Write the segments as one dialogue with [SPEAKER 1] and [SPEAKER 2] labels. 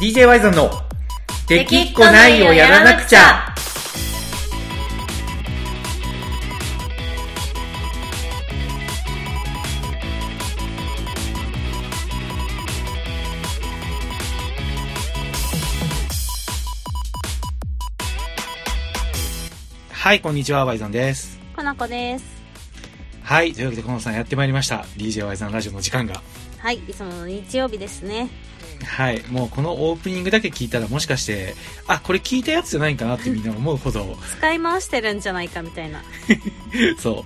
[SPEAKER 1] DJ ワイゾンの「できっこないをやらなくちゃ」はいこんにちはワイゾンです
[SPEAKER 2] かなこです
[SPEAKER 1] はいというわけでこのさんやってまいりました DJ ワイゾンラジオの時間が
[SPEAKER 2] はいいつもの日曜日ですね
[SPEAKER 1] はいもうこのオープニングだけ聞いたらもしかしてあこれ聞いたやつじゃないかなってみんな思うほ ど
[SPEAKER 2] 使い回してるんじゃないかみたいな
[SPEAKER 1] そ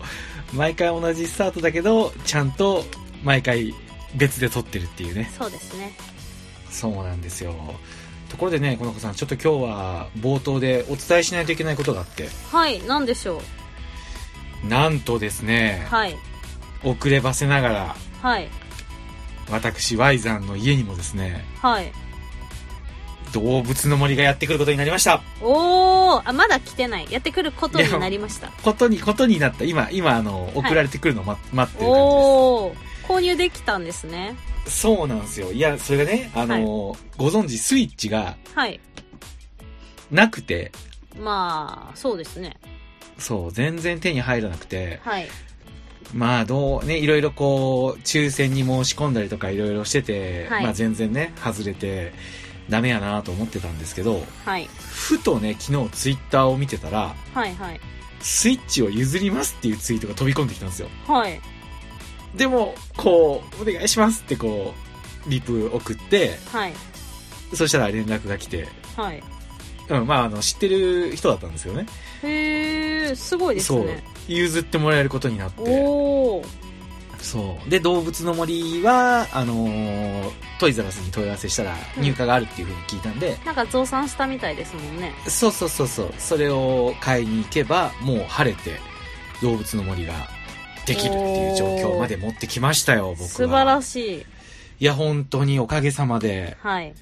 [SPEAKER 1] う毎回同じスタートだけどちゃんと毎回別で撮ってるっていうね
[SPEAKER 2] そうですね
[SPEAKER 1] そうなんですよところでねこの子さんちょっと今日は冒頭でお伝えしないといけないことがあって
[SPEAKER 2] はいなんでしょう
[SPEAKER 1] なんとですね
[SPEAKER 2] はい
[SPEAKER 1] 遅ればせながら
[SPEAKER 2] はい
[SPEAKER 1] 私 Y さんの家にもですね
[SPEAKER 2] はい
[SPEAKER 1] 動物の森がやってくることになりました
[SPEAKER 2] おーあまだ来てないやってくることになりました
[SPEAKER 1] ことにことになった今今あの送られてくるのを待,、待ってる感じです
[SPEAKER 2] おお購入できたんですね
[SPEAKER 1] そうなんですよ。いや、それがね、あのーご存知、スイッチが
[SPEAKER 2] はい
[SPEAKER 1] なくて、
[SPEAKER 2] まあそうですね
[SPEAKER 1] そう、全然手に入らなくて、
[SPEAKER 2] はい
[SPEAKER 1] まあ、どうね、いろいろこう、抽選に申し込んだりとかいろいろしてて、
[SPEAKER 2] はい
[SPEAKER 1] まあ全然ね、外れて、ダメやなと思ってたんですけど、
[SPEAKER 2] はい
[SPEAKER 1] ふとね、昨日ツイッターを見てたら、
[SPEAKER 2] はいはい
[SPEAKER 1] スイッチを譲りますっていうツイートが飛び込んできたんですよ。
[SPEAKER 2] はい
[SPEAKER 1] でも、こう、お願いしますってこう、リプ送って、
[SPEAKER 2] はい
[SPEAKER 1] そしたら連絡が来て、
[SPEAKER 2] はい
[SPEAKER 1] うん、まあ、あの、知ってる人だったんですよね。
[SPEAKER 2] へえすごいです
[SPEAKER 1] そう
[SPEAKER 2] ね
[SPEAKER 1] 譲ってもらえることになって
[SPEAKER 2] おお
[SPEAKER 1] そうで動物の森はあのートイザらスに問い合わせしたら
[SPEAKER 2] うん
[SPEAKER 1] 入荷があるっていうふうに聞いたんで、
[SPEAKER 2] なんか増産したみたいですもんね
[SPEAKER 1] そうそうそうそうそれを買いに行けばもう晴れて動物の森ができるっていう状況まで持ってきましたよ僕は
[SPEAKER 2] 素晴ら
[SPEAKER 1] い
[SPEAKER 2] しい
[SPEAKER 1] いや本当におかげさまで
[SPEAKER 2] はい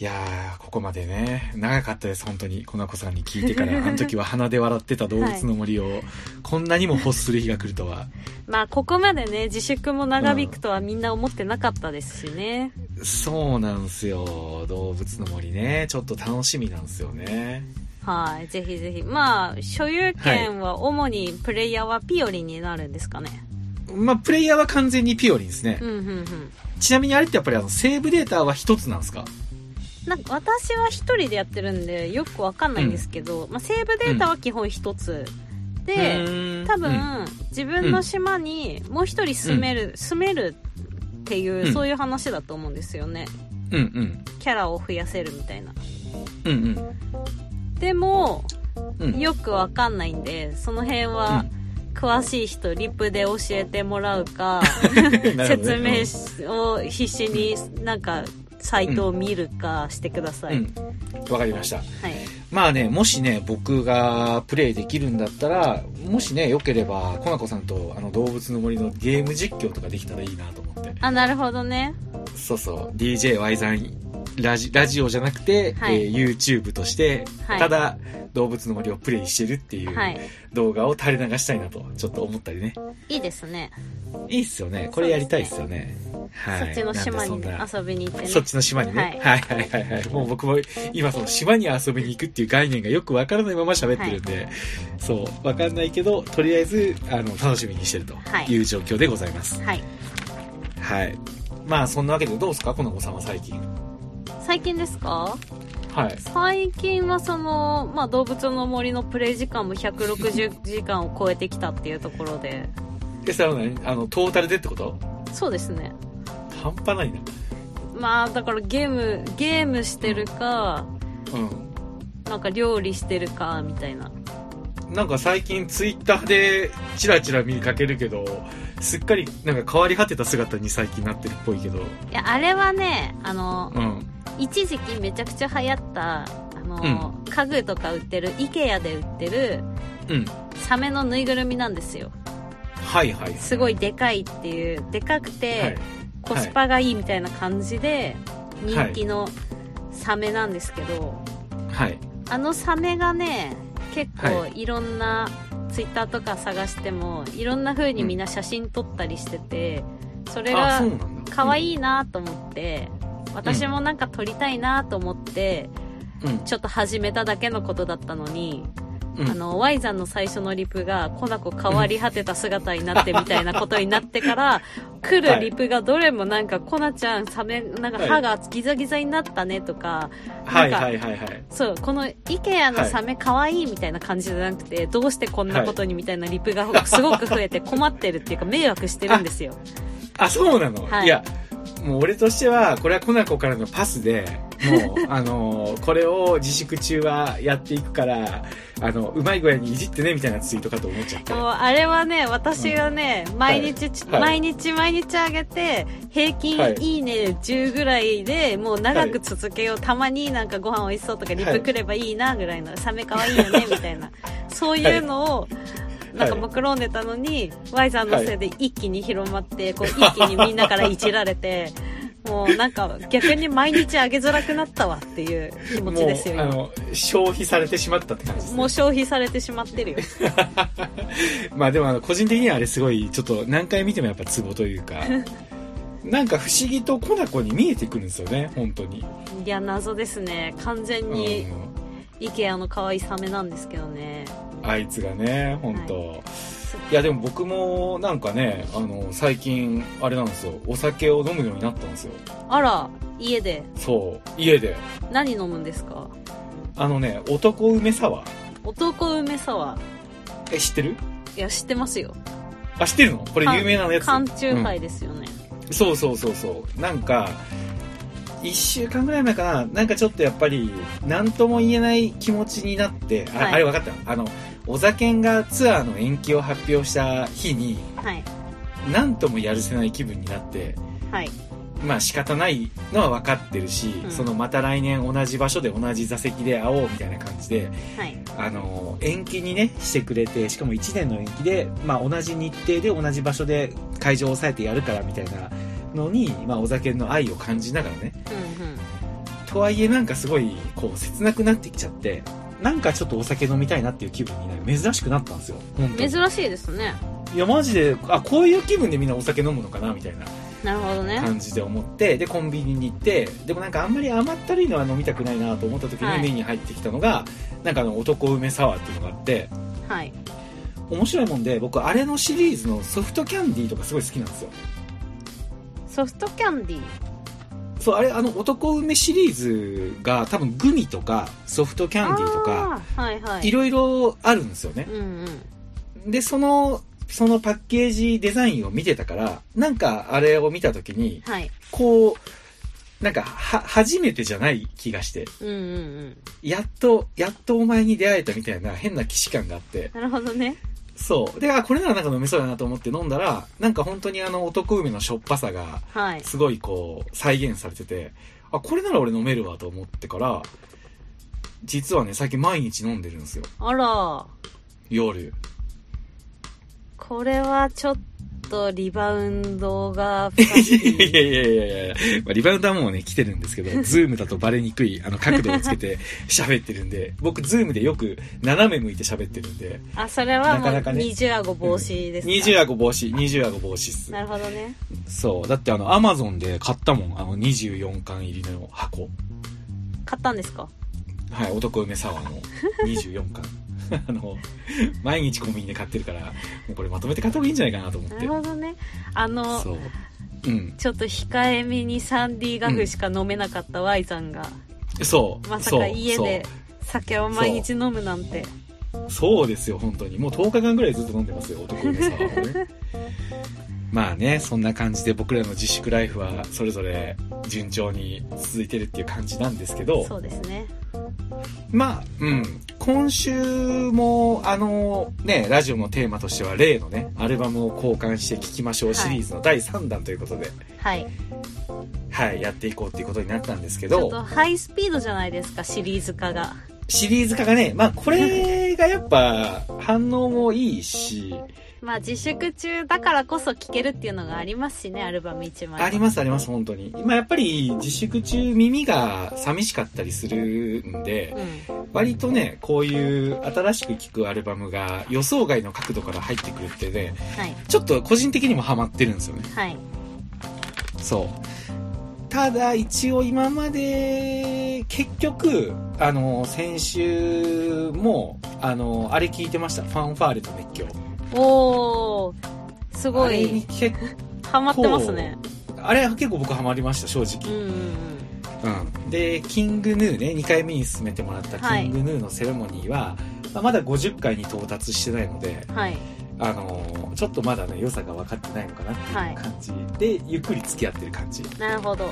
[SPEAKER 1] いやーここまでね長かったです本当にこなこさんに聞いてから あの時は鼻で笑ってた動物の森を、こんなにも欲する日が来るとは
[SPEAKER 2] まあここまでね自粛も長引くとはみんな思ってなかったですしね、
[SPEAKER 1] そうなんすよ。動物の森ね。ちょっと楽しみなんすよね。
[SPEAKER 2] はいぜひぜひまあ所有権は主にプレイヤーはピオリンになるんですかね、
[SPEAKER 1] まあ、プレイヤーは完全にピオリンですね
[SPEAKER 2] う。んうんうん
[SPEAKER 1] ちなみにあれってやっぱりあの、セーブデータは一つなんすか
[SPEAKER 2] なんか私は一人でやってるんでよくわかんないんですけど、まあ、セーブデータは基本一つ、で、多
[SPEAKER 1] う
[SPEAKER 2] 分、
[SPEAKER 1] ん
[SPEAKER 2] 自分の島にもう一人住める、住めるっていう、
[SPEAKER 1] うん
[SPEAKER 2] そういう話だと思うんですよね
[SPEAKER 1] うん
[SPEAKER 2] キャラを増やせるみたいな
[SPEAKER 1] うん。うん
[SPEAKER 2] でも
[SPEAKER 1] うん。うん。
[SPEAKER 2] よくわかんないんでその辺は詳しい人リプで教えてもらうか
[SPEAKER 1] なるほど
[SPEAKER 2] 説
[SPEAKER 1] ね
[SPEAKER 2] 明しを必死になんかサイトを見るかしてくださ
[SPEAKER 1] う
[SPEAKER 2] い、
[SPEAKER 1] ん。うん。わかりました。
[SPEAKER 2] はい
[SPEAKER 1] まあね、もしね、僕がプレイできるんだったら、もしね、良ければ、コナコさんとあの、動物の森のゲーム実況とかできたらいいなと思って。
[SPEAKER 2] あなるほどね
[SPEAKER 1] そうそう DJY さんラジラジオじゃなくて、
[SPEAKER 2] はい
[SPEAKER 1] えー YouTube として、
[SPEAKER 2] はい
[SPEAKER 1] ただ動物の森をプレイしてるっていう
[SPEAKER 2] はい
[SPEAKER 1] 動画を垂れ流したいなとちょっと思ったりね
[SPEAKER 2] いいですね、
[SPEAKER 1] いいっすよねこれやりたいっすよねはい
[SPEAKER 2] そっちの島に
[SPEAKER 1] なんでそ
[SPEAKER 2] 遊びに行って
[SPEAKER 1] んな
[SPEAKER 2] ね
[SPEAKER 1] そっちの島にね、はい、はいはいはいもう僕も今その島に遊びに行くっていう概念がよくわからないまま喋ってるんで、そうわかんないけどとりあえずあの楽しみにしてると
[SPEAKER 2] はい
[SPEAKER 1] いう状況でございます
[SPEAKER 2] はい
[SPEAKER 1] はい、まあそんなわけでどうですかこの子さんは最近
[SPEAKER 2] 最近ですか
[SPEAKER 1] はい
[SPEAKER 2] 最近はその、まあ、動物の森のプレイ時間も160時間を超えてきたっていうところで
[SPEAKER 1] えそれは何あのトータルでってこと
[SPEAKER 2] そうですね
[SPEAKER 1] 半端ないな
[SPEAKER 2] まあだからゲームゲームしてるか
[SPEAKER 1] う
[SPEAKER 2] なんか料理してるかみたいなん
[SPEAKER 1] なんか最近ツイッターでチラチラ見かけるけどすっかりなんか変わり果てた姿に最近なってるっぽいけど
[SPEAKER 2] いやあれはねあの
[SPEAKER 1] うん
[SPEAKER 2] 一時期めちゃくちゃ流行ったあの、家具とか売ってる IKEA で売ってる
[SPEAKER 1] うん
[SPEAKER 2] サメのぬいぐるみなんですよ
[SPEAKER 1] はいはい
[SPEAKER 2] すごいでかいっていうでかくて、
[SPEAKER 1] はい
[SPEAKER 2] コスパがいいみたいな感じで
[SPEAKER 1] はい
[SPEAKER 2] 人気のサメなんですけど、
[SPEAKER 1] はい
[SPEAKER 2] あのサメがね結構
[SPEAKER 1] はい
[SPEAKER 2] ろんな、ツイッターとか探してもいろんな風にみんな写真撮ったりしてて、それ
[SPEAKER 1] あ
[SPEAKER 2] が
[SPEAKER 1] そうなんだ
[SPEAKER 2] 可
[SPEAKER 1] い
[SPEAKER 2] 愛いなと思って、私もなんか撮りたいなと思って、
[SPEAKER 1] うん
[SPEAKER 2] ちょっと始めただけのことだったのに、
[SPEAKER 1] うん
[SPEAKER 2] あの、Y さんの最初のリプが、コナコ変わり果てた姿になってみたいなことになってから、来るリプがどれもなんか、コナちゃん、サメ、なんか
[SPEAKER 1] はい
[SPEAKER 2] 歯がギザギザになったねとか、
[SPEAKER 1] はいはいはいはい
[SPEAKER 2] そう、この IKEA のサメ可愛いみたいな感じじゃなくて、どうしてこんなことにみたいなリプがすごく増えて困ってるっていうか、迷惑してるんですよ。
[SPEAKER 1] あそうなの、
[SPEAKER 2] はい
[SPEAKER 1] い、やもう俺としてはこれはコナコからのパスでもう あのこれを自粛中はやっていくからあのうまい具合にいじってねみたいなツイートかと思っちゃって
[SPEAKER 2] もうあれはね、私がね、毎日ち、
[SPEAKER 1] はい
[SPEAKER 2] 毎日毎日上げて、平均
[SPEAKER 1] はい
[SPEAKER 2] いいね10ぐらいで、もう長く続けよう。たまになんかご飯美味しそうとか、リプくればいいなぐらいの、サメ可愛いよね、みたいな。そういうのを、なんか目論んでたのに、Y さんのせいで一気に広まって、こう一気にみんなからいじられ て、もうなんか逆に毎日上げづらくなったわっていう気持
[SPEAKER 1] も
[SPEAKER 2] ちですよ、
[SPEAKER 1] うあ
[SPEAKER 2] 今
[SPEAKER 1] の消費されてしまったって感じです、
[SPEAKER 2] も
[SPEAKER 1] ね
[SPEAKER 2] う、消費されてしまってるよ。
[SPEAKER 1] まあでもあの個人的にはあれすごいちょっと何回見てもやっぱツボというかなんか不思議とコナコに見えてくるんですよね本当に、
[SPEAKER 2] いや、謎ですね。完全
[SPEAKER 1] う
[SPEAKER 2] に
[SPEAKER 1] ん、
[SPEAKER 2] IKEA の可愛いサメなんですけどね
[SPEAKER 1] あいつがね本当、いやでも僕もなんかねあの最近あれなんですよお酒を飲むようになったんですよ
[SPEAKER 2] あら家で
[SPEAKER 1] そう家で
[SPEAKER 2] 何飲むんですか
[SPEAKER 1] あのね男梅サワー
[SPEAKER 2] 男梅サワー
[SPEAKER 1] え知ってる
[SPEAKER 2] いや知ってますよ
[SPEAKER 1] あ知ってるのこれ有名なのやつ
[SPEAKER 2] 缶中杯ですよね、
[SPEAKER 1] うんそうそうそうそうなんか1週間ぐらい前かななんかちょっとやっぱり何とも言えない気持ちになってあ,、
[SPEAKER 2] はい
[SPEAKER 1] あれ分かったあのお酒がツアーの延期を発表した日に
[SPEAKER 2] はい
[SPEAKER 1] 何ともやるせない気分になって
[SPEAKER 2] はい
[SPEAKER 1] まあ仕方ないのは分かってるし、
[SPEAKER 2] うん
[SPEAKER 1] そのまた来年同じ場所で同じ座席で会おうみたいな感じで、
[SPEAKER 2] はい
[SPEAKER 1] あのー延期にね、してくれて、しかも1年の延期で、まあ同じ日程で同じ場所で会場を抑えてやるからみたいなのに、まあお酒の愛を感じながらね。
[SPEAKER 2] うんうん
[SPEAKER 1] とはいえなんかすごい、こう切なくなってきちゃって、なんかちょっとお酒飲みたいなっていう気分になる。珍しくなったんですよ。本当に。
[SPEAKER 2] 珍しいですね
[SPEAKER 1] いやマジで、あ、こういう気分でみんなお酒飲むのかなみたいな。
[SPEAKER 2] なるほどね
[SPEAKER 1] 感じで思ってでコンビニに行ってでもなんかあんまり甘ったるいのは飲みたくないなと思った時に
[SPEAKER 2] はい
[SPEAKER 1] 目に入ってきたのが、なんかあの男梅サワーっていうのがあって
[SPEAKER 2] はい
[SPEAKER 1] 面白いもんで僕あれのシリーズのソフトキャンディーとかすごい好きなんですよ
[SPEAKER 2] ソフトキャンディー
[SPEAKER 1] そうあれあの男梅シリーズが多分グミとかソフトキャンディーとか
[SPEAKER 2] あーはいはい
[SPEAKER 1] いろいろあるんですよね
[SPEAKER 2] うんうん
[SPEAKER 1] でそのそのパッケージデザインを見てたからなんかあれを見た時に
[SPEAKER 2] はい
[SPEAKER 1] こうなんかは初めてじゃない気がして
[SPEAKER 2] うんうんうん
[SPEAKER 1] やっと、やっとお前に出会えたみたいな変な既視感があって。
[SPEAKER 2] なるほどね
[SPEAKER 1] そう。で、あ、これならなんか飲めそうだなと思って飲んだら、なんか本当にあの男梅のしょっぱさが、
[SPEAKER 2] はい
[SPEAKER 1] すごいこう、再現されてて、あ、これなら俺飲めるわと思ってから、実はね、最近毎日飲んでるんですよ。
[SPEAKER 2] あら
[SPEAKER 1] 夜。
[SPEAKER 2] これはちょっとリバウンドが 深
[SPEAKER 1] いや
[SPEAKER 2] い
[SPEAKER 1] いやいやいや、まあ、リバウンドはもうね、来てるんですけ ど、ズームだとバレにくい、あの、角度をつけて 喋ってるんで、僕、ズームでよく斜め向いて喋ってるんで、
[SPEAKER 2] あそれは
[SPEAKER 1] な
[SPEAKER 2] も
[SPEAKER 1] か
[SPEAKER 2] う
[SPEAKER 1] なかね
[SPEAKER 2] 二重顎防止ですか、
[SPEAKER 1] 二重顎防止、二重顎防止っす。
[SPEAKER 2] なるほどね
[SPEAKER 1] そう。だってあの、アマゾンで買ったもん。あの、24巻入りの箱。
[SPEAKER 2] 買ったんですか
[SPEAKER 1] はい、男梅サワーの24巻。 あの、毎日コンビニで買ってるから、もうこれまとめて買った方がいいんじゃないかなと思っ
[SPEAKER 2] な
[SPEAKER 1] て
[SPEAKER 2] る。ほどねあの
[SPEAKER 1] そう。うん。
[SPEAKER 2] ちょっと控えめにサンディガフしか飲めなかった Y さんが、
[SPEAKER 1] そう。
[SPEAKER 2] まさ
[SPEAKER 1] そ
[SPEAKER 2] か
[SPEAKER 1] う
[SPEAKER 2] 家で酒を毎日飲むなんて
[SPEAKER 1] そう。そうですよ、本当に。もう10日間ぐらいずっと飲んでますよ、男梅サワ ーをね。まあね、そんな感じで僕らの自粛ライフはそれぞれ順調に続いてるっていう感じなんですけど、
[SPEAKER 2] そうですね
[SPEAKER 1] まあ、うん。今週も、あの、ね、ラジオのテーマとしては、例のね、アルバムを交換して聴きましょうシリーズの第3弾ということで、
[SPEAKER 2] はい
[SPEAKER 1] はい、やっていこうっていうことになったんですけ
[SPEAKER 2] ちょっ
[SPEAKER 1] ど、
[SPEAKER 2] とハイスピードじゃないですかシリーズ化が
[SPEAKER 1] シリーズ化がね、まあ、これがやっぱ、反応もいいし、
[SPEAKER 2] まあ自粛中だからこそ聴けるっていうのがありますしねアルバム1枚は
[SPEAKER 1] ありますあります、本当に。まあ、やっぱり、自粛中耳が寂しかったりするんで、
[SPEAKER 2] うん
[SPEAKER 1] 割とね、こういう新しく聴くアルバムが予想外の角度から入ってくるってね、
[SPEAKER 2] はい
[SPEAKER 1] ちょっと個人的にもハマってるんですよね。
[SPEAKER 2] はい
[SPEAKER 1] そう。ただ一応今まで結局あの先週もあのあれ聞いてましたファンファーレと熱狂
[SPEAKER 2] おおす
[SPEAKER 1] あ
[SPEAKER 2] ご
[SPEAKER 1] れに
[SPEAKER 2] い
[SPEAKER 1] 結
[SPEAKER 2] ハマってますね
[SPEAKER 1] あれは結構僕ハマりました正
[SPEAKER 2] うん
[SPEAKER 1] 直、
[SPEAKER 2] うん
[SPEAKER 1] うん、でキングヌーね2回目に進めてもらった
[SPEAKER 2] はい
[SPEAKER 1] キングヌーのセレモニーは、まあまだ50回に到達してないので
[SPEAKER 2] うんはい
[SPEAKER 1] あのちょっとまだね良さが分かってないのかなって
[SPEAKER 2] はい
[SPEAKER 1] いう感じで、ゆっくり付き合ってる感じ
[SPEAKER 2] なるほど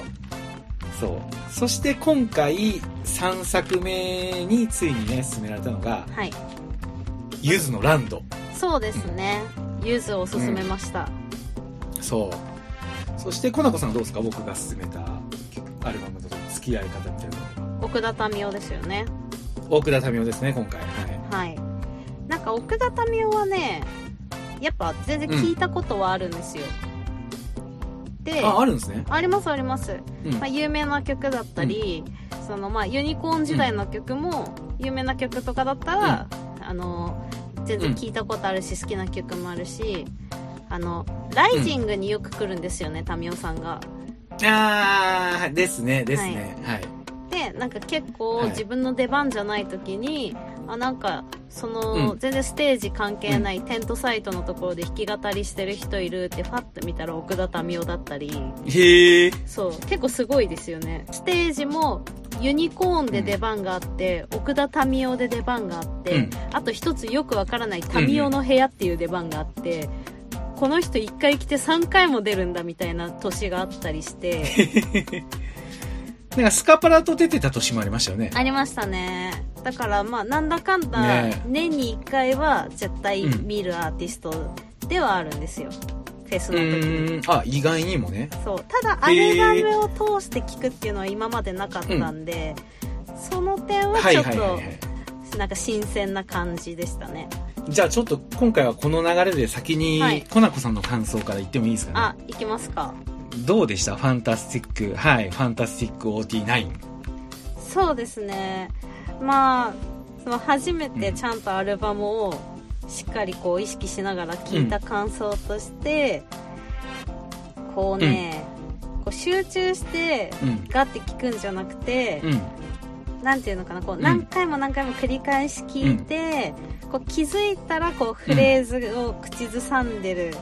[SPEAKER 1] そうそして今回3作目についにね進められたのが
[SPEAKER 2] はい
[SPEAKER 1] ゆずのランド
[SPEAKER 2] そうですねゆずを勧めました、
[SPEAKER 1] そうそしてコナコさんはどうですか僕が勧めたアルバムとの付き合い方みたいなの
[SPEAKER 2] 奥田民生ですよね
[SPEAKER 1] 奥田民生ですね今回はい
[SPEAKER 2] はいなんか奥田民生はねやっぱ全然聞いたことはあるんですよ、で
[SPEAKER 1] ああるんですね、
[SPEAKER 2] ありますあります、
[SPEAKER 1] うん
[SPEAKER 2] まあ、有名な曲だったり、そのまあユニコーン時代の曲も有名な曲とかだったら、あの全然聞いたことあるし、好きな曲もあるしあのライジングによく来るんですよね、民生さんが
[SPEAKER 1] あーですねですねはい、
[SPEAKER 2] でなんか結
[SPEAKER 1] は
[SPEAKER 2] 構
[SPEAKER 1] い
[SPEAKER 2] 自分の出番じゃない時に、あなんかその、
[SPEAKER 1] うん
[SPEAKER 2] 全然ステージ関係ないテントサイトのところで弾き語りしてる人いるってファッと見たら奥田民生だったり
[SPEAKER 1] へえ
[SPEAKER 2] そう結構すごいですよねステージもユニコーンで出番があって、奥田民生で出番があって、
[SPEAKER 1] うん
[SPEAKER 2] あと一つよくわからない民生の部屋っていう出番があって、この人1回来て3回も出るんだみたいな年があったりして
[SPEAKER 1] なんかスカパラと出てた年もありましたよね
[SPEAKER 2] ありましたねだからまあなんだかんだ
[SPEAKER 1] ねえ
[SPEAKER 2] 年に1回は絶対
[SPEAKER 1] うん
[SPEAKER 2] 見るアーティストではあるんですよ、フェス
[SPEAKER 1] う
[SPEAKER 2] の時に
[SPEAKER 1] ーんあ意外にもね
[SPEAKER 2] そうただアルバムを通して聴くっていうのは今までなかったんで、その点は
[SPEAKER 1] はい
[SPEAKER 2] ちょっ
[SPEAKER 1] はいはい、は
[SPEAKER 2] と
[SPEAKER 1] い、
[SPEAKER 2] なんか新鮮な感じでしたね、
[SPEAKER 1] じゃあちょっと今回はこの流れで先に、
[SPEAKER 2] はい
[SPEAKER 1] コナコさんの感想から言ってもいいですかね
[SPEAKER 2] あいきますか
[SPEAKER 1] どうでしたファンタスティック、はい、ファンタスティック OT9。
[SPEAKER 2] そうですねまあその初めてちゃんとアルバムをしっかりこう意識しながら聴いた感想として、こうね、こう集中して
[SPEAKER 1] うん。
[SPEAKER 2] ガッて聴くんじゃなくて、
[SPEAKER 1] うん。
[SPEAKER 2] なんていうのかなこう
[SPEAKER 1] うん
[SPEAKER 2] 何回も何回も繰り返し聞いて、こう気づいたらこうフレーズを口ずさんで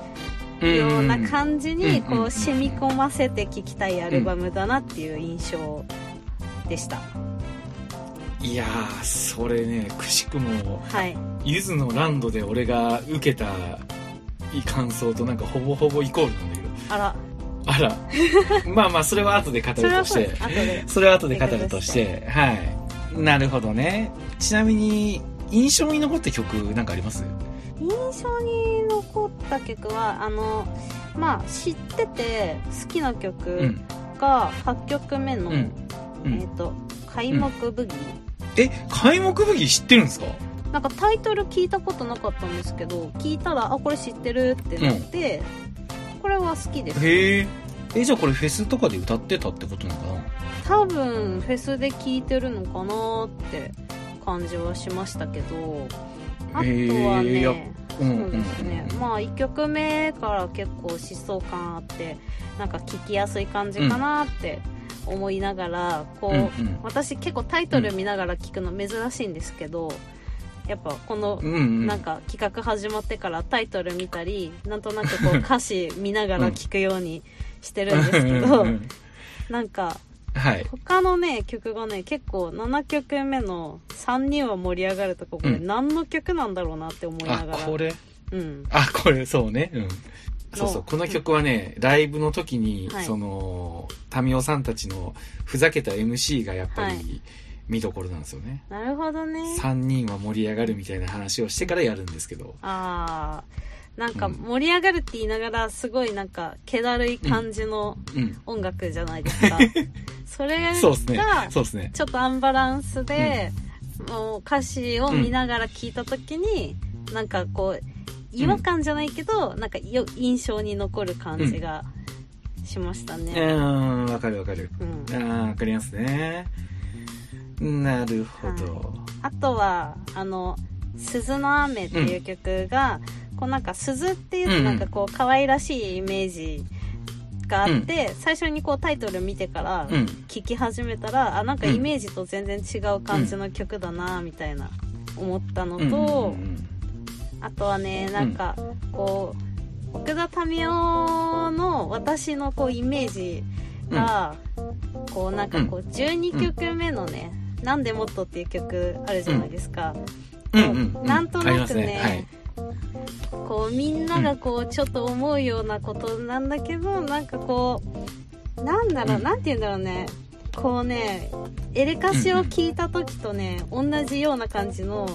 [SPEAKER 2] るような感じに
[SPEAKER 1] うん
[SPEAKER 2] こ
[SPEAKER 1] うん
[SPEAKER 2] う染み込ませて聴きたいアルバムだなっていう印象でした、
[SPEAKER 1] いやー、それね、くしくも、
[SPEAKER 2] はい
[SPEAKER 1] ゆずのランドで俺が受けた感想となんかほぼほぼイコールなんだけど。
[SPEAKER 2] あら
[SPEAKER 1] あら。 まあまあ、それは後で語る
[SPEAKER 2] それ
[SPEAKER 1] と
[SPEAKER 2] は
[SPEAKER 1] し
[SPEAKER 2] そう
[SPEAKER 1] て
[SPEAKER 2] で。す後で
[SPEAKER 1] それは後で語るとして。はい。なるほどね。ちなみに、印象に残った曲なんかあります
[SPEAKER 2] 印象に残った曲はあのまあ知ってて好きな
[SPEAKER 1] う
[SPEAKER 2] 曲
[SPEAKER 1] ん。
[SPEAKER 2] が8曲目の、
[SPEAKER 1] うん。う
[SPEAKER 2] えっ、
[SPEAKER 1] ん、
[SPEAKER 2] と「開幕ブギー」
[SPEAKER 1] え、開幕武器知ってるんですか
[SPEAKER 2] なんかタイトル聞いたことなかったんですけど聞いたらあこれ知ってるってなって、これは好きです
[SPEAKER 1] へえ。え、じゃあこれフェスとかで歌ってたってことなのかな
[SPEAKER 2] 多分フェスで聞いてるのかなって感じはしましたけどあとは
[SPEAKER 1] へえ
[SPEAKER 2] ね、
[SPEAKER 1] やっうん
[SPEAKER 2] そうですね、
[SPEAKER 1] うん
[SPEAKER 2] まあ1曲目から結構疾走感あってなんか聞きやすい感じかなって思いながら、こう、
[SPEAKER 1] うん
[SPEAKER 2] 私結構タイトル見ながら聞くの珍しいんですけどやっぱこの
[SPEAKER 1] うん。うん
[SPEAKER 2] なんか企画始まってからタイトル見たりなんとなく こう歌詞見ながら聞くようにしてるんですけど
[SPEAKER 1] うんうん
[SPEAKER 2] なんか
[SPEAKER 1] はい。
[SPEAKER 2] 他のね曲がね結構7曲目の「3人は盛り上がる」とかこれ
[SPEAKER 1] うん
[SPEAKER 2] 何の曲なんだろうなって思いな
[SPEAKER 1] あ
[SPEAKER 2] がら、、
[SPEAKER 1] これ。
[SPEAKER 2] うん、
[SPEAKER 1] あ、これ、そうね。うん。そうそう。
[SPEAKER 2] の
[SPEAKER 1] この曲はね、ライブの時に、
[SPEAKER 2] はい
[SPEAKER 1] その、民生さんたちのふざけた MC がやっぱ
[SPEAKER 2] は
[SPEAKER 1] り
[SPEAKER 2] い
[SPEAKER 1] 見どころなんですよね。
[SPEAKER 2] なるほどね
[SPEAKER 1] 3人は盛り上がるみたいな話をしてからやるんですけど。
[SPEAKER 2] あーなんか
[SPEAKER 1] うん
[SPEAKER 2] 盛り上がるって言いながらすごいなんか気だるい感じの
[SPEAKER 1] うん。
[SPEAKER 2] 音楽じゃないです か、それ
[SPEAKER 1] そうですね
[SPEAKER 2] が。
[SPEAKER 1] そうですね。
[SPEAKER 2] ちょっとアンバランスで、もう歌詞を見ながら聞いた時に、なんかこう違和感じゃないけど、なんかよ印象に残る感じがしました
[SPEAKER 1] う
[SPEAKER 2] ね、
[SPEAKER 1] ん、わかるわかる。
[SPEAKER 2] うん
[SPEAKER 1] あーわかりますね。なるほど。
[SPEAKER 2] あとはあの「鈴の雨」っていう曲が、こうなんか鈴っていう
[SPEAKER 1] う
[SPEAKER 2] と
[SPEAKER 1] ん
[SPEAKER 2] なんかこう可愛らしいイメージがあって、最初にこうタイトル見てから
[SPEAKER 1] うん
[SPEAKER 2] 聞き始めたら、あなんか
[SPEAKER 1] うん
[SPEAKER 2] イメージと全然違う感じの曲だなみたいな思ったのと、
[SPEAKER 1] うんうん
[SPEAKER 2] あとはねなんかこう奥田民生の私のこうイメージが、こうなんかこう12曲目のね「なんでもっと」っていう曲あるじゃないですか、
[SPEAKER 1] うんうんうん
[SPEAKER 2] なんとなくね
[SPEAKER 1] ありますねはい
[SPEAKER 2] こうみんながこうちょっと思うようなことなんだけどなんかこうなんだろ
[SPEAKER 1] う
[SPEAKER 2] うんなんて言うんだろうねこうねエレカシを聞いた時とね同じような感じの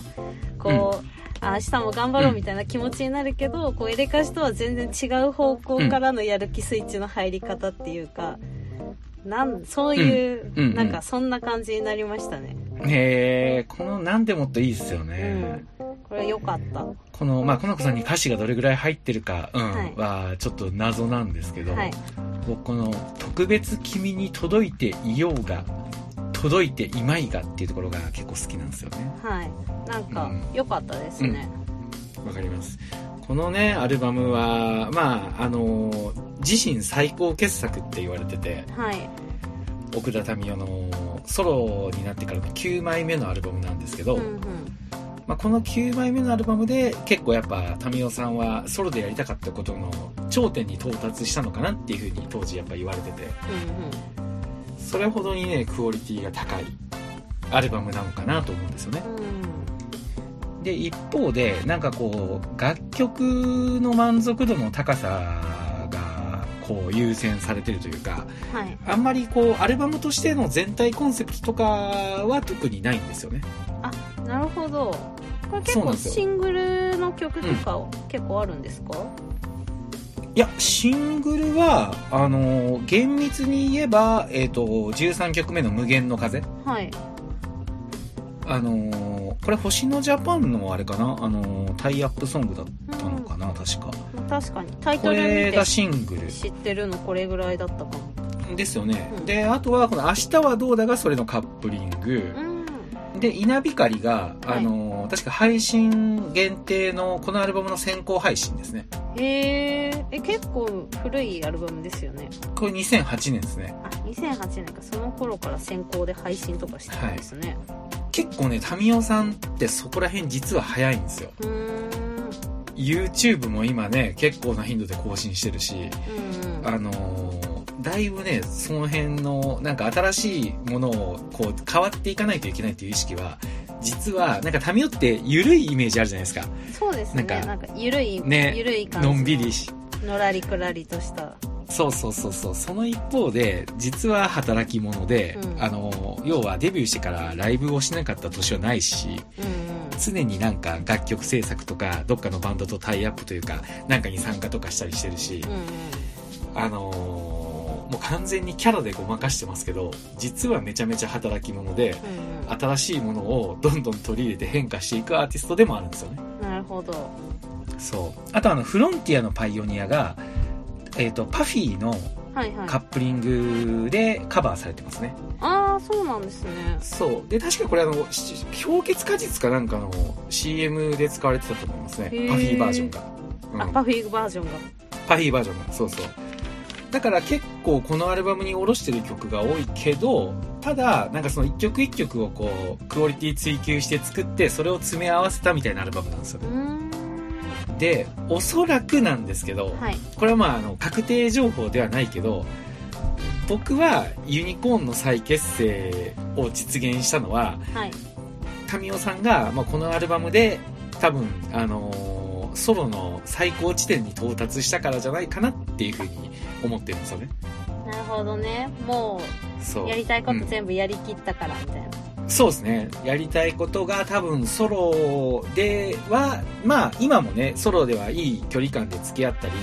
[SPEAKER 2] こう、あ明日も頑張ろうみたいな気持ちになるけど、こうエレカシとは全然違う方向からのやる気スイッチの入り方っていうか、なんそういう、
[SPEAKER 1] うんうんうん
[SPEAKER 2] なんかそんな感じになりましたね。
[SPEAKER 1] へえこの何でもっといいですよね、
[SPEAKER 2] これ良かった。
[SPEAKER 1] このまあこの子さんに歌詞がどれぐらい入ってるか、うん
[SPEAKER 2] はい
[SPEAKER 1] はちょっと謎なんですけど、
[SPEAKER 2] はい。
[SPEAKER 1] 僕この「特別君に届いていようが届いていまいが」っていうところが結構好きなんですよね
[SPEAKER 2] はい。なんか
[SPEAKER 1] うん
[SPEAKER 2] 良かったですね。
[SPEAKER 1] わかりますこのねアルバムはまああの自身最高傑作って言われてて
[SPEAKER 2] はい。
[SPEAKER 1] 奥田民生のソロになってからの9枚目のアルバムなんですけど、
[SPEAKER 2] うんうん。
[SPEAKER 1] まあ、この9枚目のアルバムで結構やっぱ民生さんはソロでやりたかったことの頂点に到達したのかなっていうふうに当時やっぱ言われててそれほどにねクオリティが高いアルバムなのかなと思うんですよね
[SPEAKER 2] うんうん。
[SPEAKER 1] で一方でなんかこう楽曲の満足度の高さがこう優先されてるというか
[SPEAKER 2] うん。はい。
[SPEAKER 1] あんまりこうアルバムとしての全体コンセプトとかは特にないんですよね
[SPEAKER 2] なるほど。これ結
[SPEAKER 1] そうなんで
[SPEAKER 2] 構
[SPEAKER 1] すよ
[SPEAKER 2] シングルの曲とか結構あるんですか、
[SPEAKER 1] いやシングルはあの厳密に言えば、えー、と13曲目の「無限の風」
[SPEAKER 2] はい。
[SPEAKER 1] あのこれ星野ジャパンのあれかなあのタイアップソングだったのかな確か
[SPEAKER 2] 確かに。タイ
[SPEAKER 1] こ
[SPEAKER 2] トル見
[SPEAKER 1] れ
[SPEAKER 2] て
[SPEAKER 1] がシングル
[SPEAKER 2] 知ってるのこれぐらいだったかも。
[SPEAKER 1] ですよね、
[SPEAKER 2] うん
[SPEAKER 1] であとはこの「明日はどうだ」がそれのカップリング
[SPEAKER 2] う、ん。
[SPEAKER 1] で稲光が、
[SPEAKER 2] はい
[SPEAKER 1] あのー確か配信限定のこのアルバムの先行配信ですね
[SPEAKER 2] へえ。え、結構古いアルバムですよね。
[SPEAKER 1] これ2008年ですね
[SPEAKER 2] あ、2008年か。その頃から先行で配信とかしてたんですね。
[SPEAKER 1] 結構ね民生さんってそこら辺実は早いんですよ
[SPEAKER 2] うーん。
[SPEAKER 1] YouTube も今ね結構な頻度で更新してるし
[SPEAKER 2] うんうん。
[SPEAKER 1] あのーだいぶねその辺のなんか新しいものをこう変わっていかないといけないっていう意識は実はなんか民生って緩いイメージあるじゃないですか
[SPEAKER 2] そうですね。
[SPEAKER 1] なんか
[SPEAKER 2] なんか、ゆるい、
[SPEAKER 1] ね
[SPEAKER 2] ゆるい感じ。
[SPEAKER 1] のんびりし
[SPEAKER 2] のらりくらりとした。
[SPEAKER 1] そうそうそうそうその一方で実は働き者で、
[SPEAKER 2] うん
[SPEAKER 1] あの要はデビューしてからライブをしなかった年はないし
[SPEAKER 2] うんうん。
[SPEAKER 1] 常になんか楽曲制作とかどっかのバンドとタイアップというかなんかに参加とかしたりしてるし、
[SPEAKER 2] うんうん。
[SPEAKER 1] あのーもう完全にキャラでごまかしてますけど実はめちゃめちゃ働き者で
[SPEAKER 2] うんうん。
[SPEAKER 1] 新しいものをどんどん取り入れて変化していくアーティストでもあるんですよね
[SPEAKER 2] なるほど。
[SPEAKER 1] そうあとあのフロンティアのパイオニアが、えー、とパフィーの
[SPEAKER 2] はいはい。
[SPEAKER 1] カップリングでカバーされてますね、
[SPEAKER 2] ああ、そうなんですね。
[SPEAKER 1] そうで確かこれあのし氷結果実かなんかの CM で使われてたと思いますね
[SPEAKER 2] へー
[SPEAKER 1] パフィーバージョンが、うん
[SPEAKER 2] あ、パフィーバージョンが。
[SPEAKER 1] パフィーバージョンがそうそうだから結構このアルバムに下ろしてる曲が多いけどただなんかその一曲一曲をこうクオリティ追求して作ってそれを詰め合わせたみたいなアルバムなんですよ
[SPEAKER 2] うー
[SPEAKER 1] ね
[SPEAKER 2] ん。
[SPEAKER 1] でおそらくなんですけど、
[SPEAKER 2] はい。
[SPEAKER 1] これはまああの確定情報ではないけど僕はユニコーンの再結成を実現したのは
[SPEAKER 2] はい。
[SPEAKER 1] 民生さんが、まあ、このアルバムで多分、あのーソロの最高地点に到達したからじゃないかなっていうふうに思ってるんですよね
[SPEAKER 2] なるほどね。も
[SPEAKER 1] そう
[SPEAKER 2] う、やりたいこと全部やりきったから、みたいな。
[SPEAKER 1] そうですねやりたいことが多分ソロではまあ今もねソロではいい距離感で付き合ったり、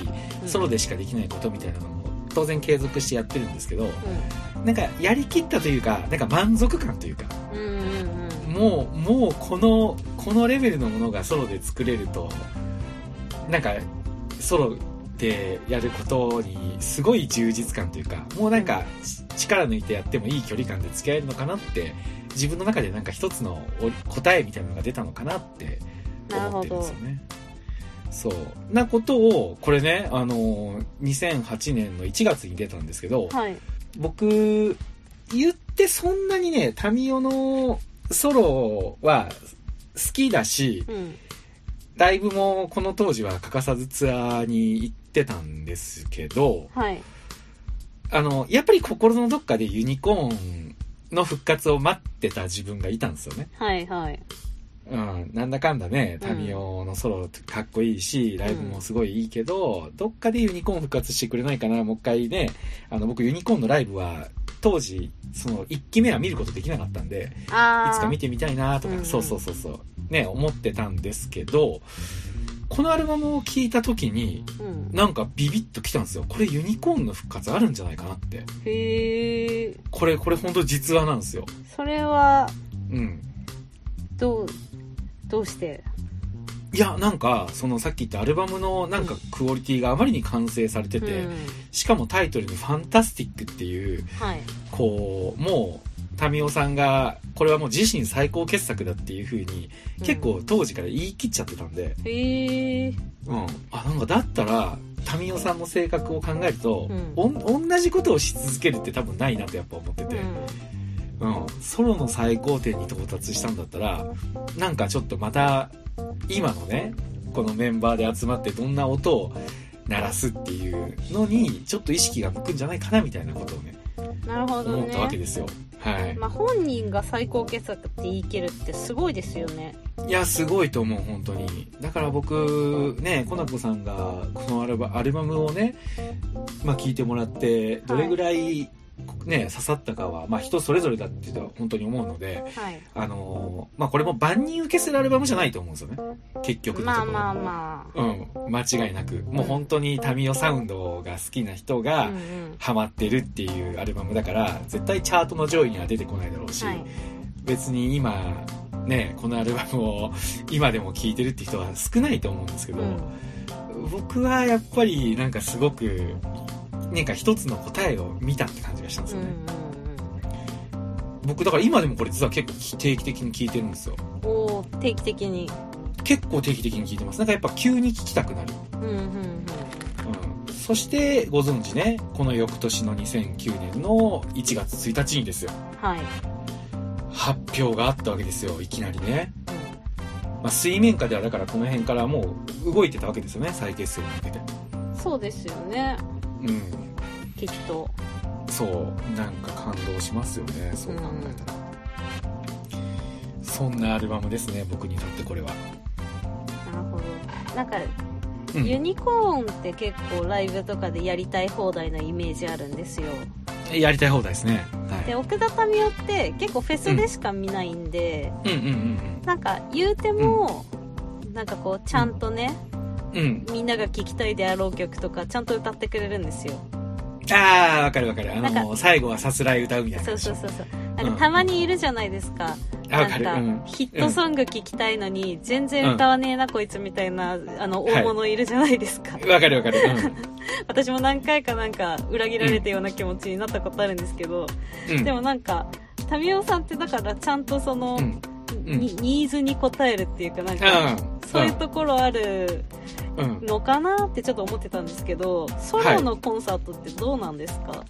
[SPEAKER 2] うん
[SPEAKER 1] ソロでしかできないことみたいなのも当然継続してやってるんですけど、
[SPEAKER 2] う
[SPEAKER 1] なんかやりきったというかなんか満足感というか
[SPEAKER 2] ん。うんうんうん。
[SPEAKER 1] もうもうこのこのレベルのものがソロで作れるとなんかソロでやることにすごい充実感というかもうなんかち力抜いてやってもいい距離感で付き合えるのかなって自分の中でなんか一つのお答えみたいなのが出たのかなって
[SPEAKER 2] な
[SPEAKER 1] 思
[SPEAKER 2] る
[SPEAKER 1] っ
[SPEAKER 2] ほ
[SPEAKER 1] てるんで
[SPEAKER 2] ど
[SPEAKER 1] すよ。ね。そうなことをこれねあの2008年の1月に出たんですけど、
[SPEAKER 2] はい。
[SPEAKER 1] 僕言ってそんなにねタミオのソロは好きだし
[SPEAKER 2] うん。
[SPEAKER 1] ライブもこの当時は欠かさずツアーに行ってたんですけど
[SPEAKER 2] はい。
[SPEAKER 1] あのやっぱり心のどっかでユニコーンの復活を待ってた自分がいたんですよね。
[SPEAKER 2] はい。はい。
[SPEAKER 1] うん、なんだかんだね、
[SPEAKER 2] うん
[SPEAKER 1] タミオのソロってかっこいいし、ライブもすごいいいけど、どっかでユニコーン復活してくれないかな、もう一回ね、あの、僕ユニコーンのライブは、当時、その、1期目は見ることできなかったんで、い
[SPEAKER 2] ああ。
[SPEAKER 1] つか見てみたいなとか、
[SPEAKER 2] うん
[SPEAKER 1] そうそうそうそう、ね、思ってたんですけど、このアルバムを聴いた時に、
[SPEAKER 2] うん。
[SPEAKER 1] なんかビビッときたんですよ。これユニコーンの復活あるんじゃないかなって。
[SPEAKER 2] へえ。
[SPEAKER 1] これ、これ本当実話なんですよ。
[SPEAKER 2] それは、
[SPEAKER 1] うん。
[SPEAKER 2] どう、どうして
[SPEAKER 1] いや、なんか、そのさっき言ったアルバムのなんかクオリティがあまりに完成されてて、
[SPEAKER 2] うん、
[SPEAKER 1] しかもタイトルにファンタスティックっていう、
[SPEAKER 2] はい。
[SPEAKER 1] こう、もう、タミオさんが、これはもう自身最高傑作だっていう風に、結構当時から言い切っちゃってたんで、
[SPEAKER 2] うん。へえ。
[SPEAKER 1] うん。あ、なんかだったら、タミオさんの性格を考えると、
[SPEAKER 2] うん
[SPEAKER 1] おん、同じことをし続けるって多分ないなとやっぱ思ってて、うん、ソロの最高点に到達したんだったらなんかちょっとまた今のねこのメンバーで集まってどんな音を鳴らすっていうのにちょっと意識が向くんじゃないかなみたいなことをね
[SPEAKER 2] うん。なるほど
[SPEAKER 1] 思ったわけ
[SPEAKER 2] ね。
[SPEAKER 1] ですよはい
[SPEAKER 2] まあ、本人が最高傑作って言い切るってすごいですよね。
[SPEAKER 1] いやすごいと思う本当にだから僕ねコナコさんがこのアルバアルバムをねまあ聞いてもらってどれぐらいね刺さったかはまあ人それぞれだって本当に思うので、
[SPEAKER 2] はい。
[SPEAKER 1] あのーまあこれも万人受けするアルバムじゃないと思うんですよね結局のとこ
[SPEAKER 2] まあ
[SPEAKER 1] ろ
[SPEAKER 2] まあま
[SPEAKER 1] うん間違いなくもう本当にタミオサウンドが好きな人
[SPEAKER 2] あ。
[SPEAKER 1] が
[SPEAKER 2] うんうん。
[SPEAKER 1] ハマってるっていうアルバムだから絶対チャートの上位には出てこないだろうし、
[SPEAKER 2] はい。
[SPEAKER 1] 別に今ねこのアルバムを今でも聴いてるって人は少ないと思うんですけど、
[SPEAKER 2] うん
[SPEAKER 1] 僕はやっぱりなんかすごくなんか一つの答えを見たって感じがしたんです
[SPEAKER 2] う
[SPEAKER 1] よ
[SPEAKER 2] ん
[SPEAKER 1] ね、僕だから今でもこれ実は結構定期的に聴いてるんですよ
[SPEAKER 2] うんうん。おー定期的に。
[SPEAKER 1] 結構定期的に聞いてますなんかやっぱ急に聞きたくなる、
[SPEAKER 2] うんうんうん。
[SPEAKER 1] うん、そしてご存知ねこの翌年の2009年の1月1日にですよ
[SPEAKER 2] はい。
[SPEAKER 1] 発表があったわけですよいきなりね、まあ、水面下ではだからこの辺からもう動いてたわけですよね再結成に向けて
[SPEAKER 2] うんそうですよね。
[SPEAKER 1] うん
[SPEAKER 2] きっと。
[SPEAKER 1] そうなんか感動しますよねそう考えたら、そんなアルバムですね僕にとってこれは、
[SPEAKER 2] なるほど。なんか、
[SPEAKER 1] うん
[SPEAKER 2] ユニコーンって結構ライブとかでやりたい放題なイメージあるんですよ。
[SPEAKER 1] やりたい放題ですね
[SPEAKER 2] で、
[SPEAKER 1] は
[SPEAKER 2] 奥田民生って結構フェスでしか見ないんで、
[SPEAKER 1] いうんうん
[SPEAKER 2] なんか言うても、なんかこう、ちゃんとね、
[SPEAKER 1] うんうんうん
[SPEAKER 2] みんなが聴きたいであろう曲とか、ちゃんと歌ってくれるんですよ。
[SPEAKER 1] ああわかるわかるあ
[SPEAKER 2] なんか
[SPEAKER 1] の最後はさすらい歌うみたいな
[SPEAKER 2] そ
[SPEAKER 1] 感
[SPEAKER 2] う
[SPEAKER 1] じ
[SPEAKER 2] そうそうそう。なん
[SPEAKER 1] うん
[SPEAKER 2] かたまにいるじゃないですか。
[SPEAKER 1] あわかるう
[SPEAKER 2] なん
[SPEAKER 1] ん
[SPEAKER 2] か、ヒットソング聴きたいのに、全然歌わねえな、こいつみたいな、あの、大物いるじゃないですか。
[SPEAKER 1] わかるわかる、
[SPEAKER 2] 私も何回かなんか、裏切られたような気持ちになったことあるんですけど、
[SPEAKER 1] うんうん、
[SPEAKER 2] でもなんか、タミオさんってだからちゃんとその、
[SPEAKER 1] うんうん
[SPEAKER 2] にニーズに応えるっていうかなんか、
[SPEAKER 1] ん
[SPEAKER 2] そういうところある
[SPEAKER 1] うん
[SPEAKER 2] のかなってちょっと思ってたんですけど、ソロのコンサートってどうなんですか、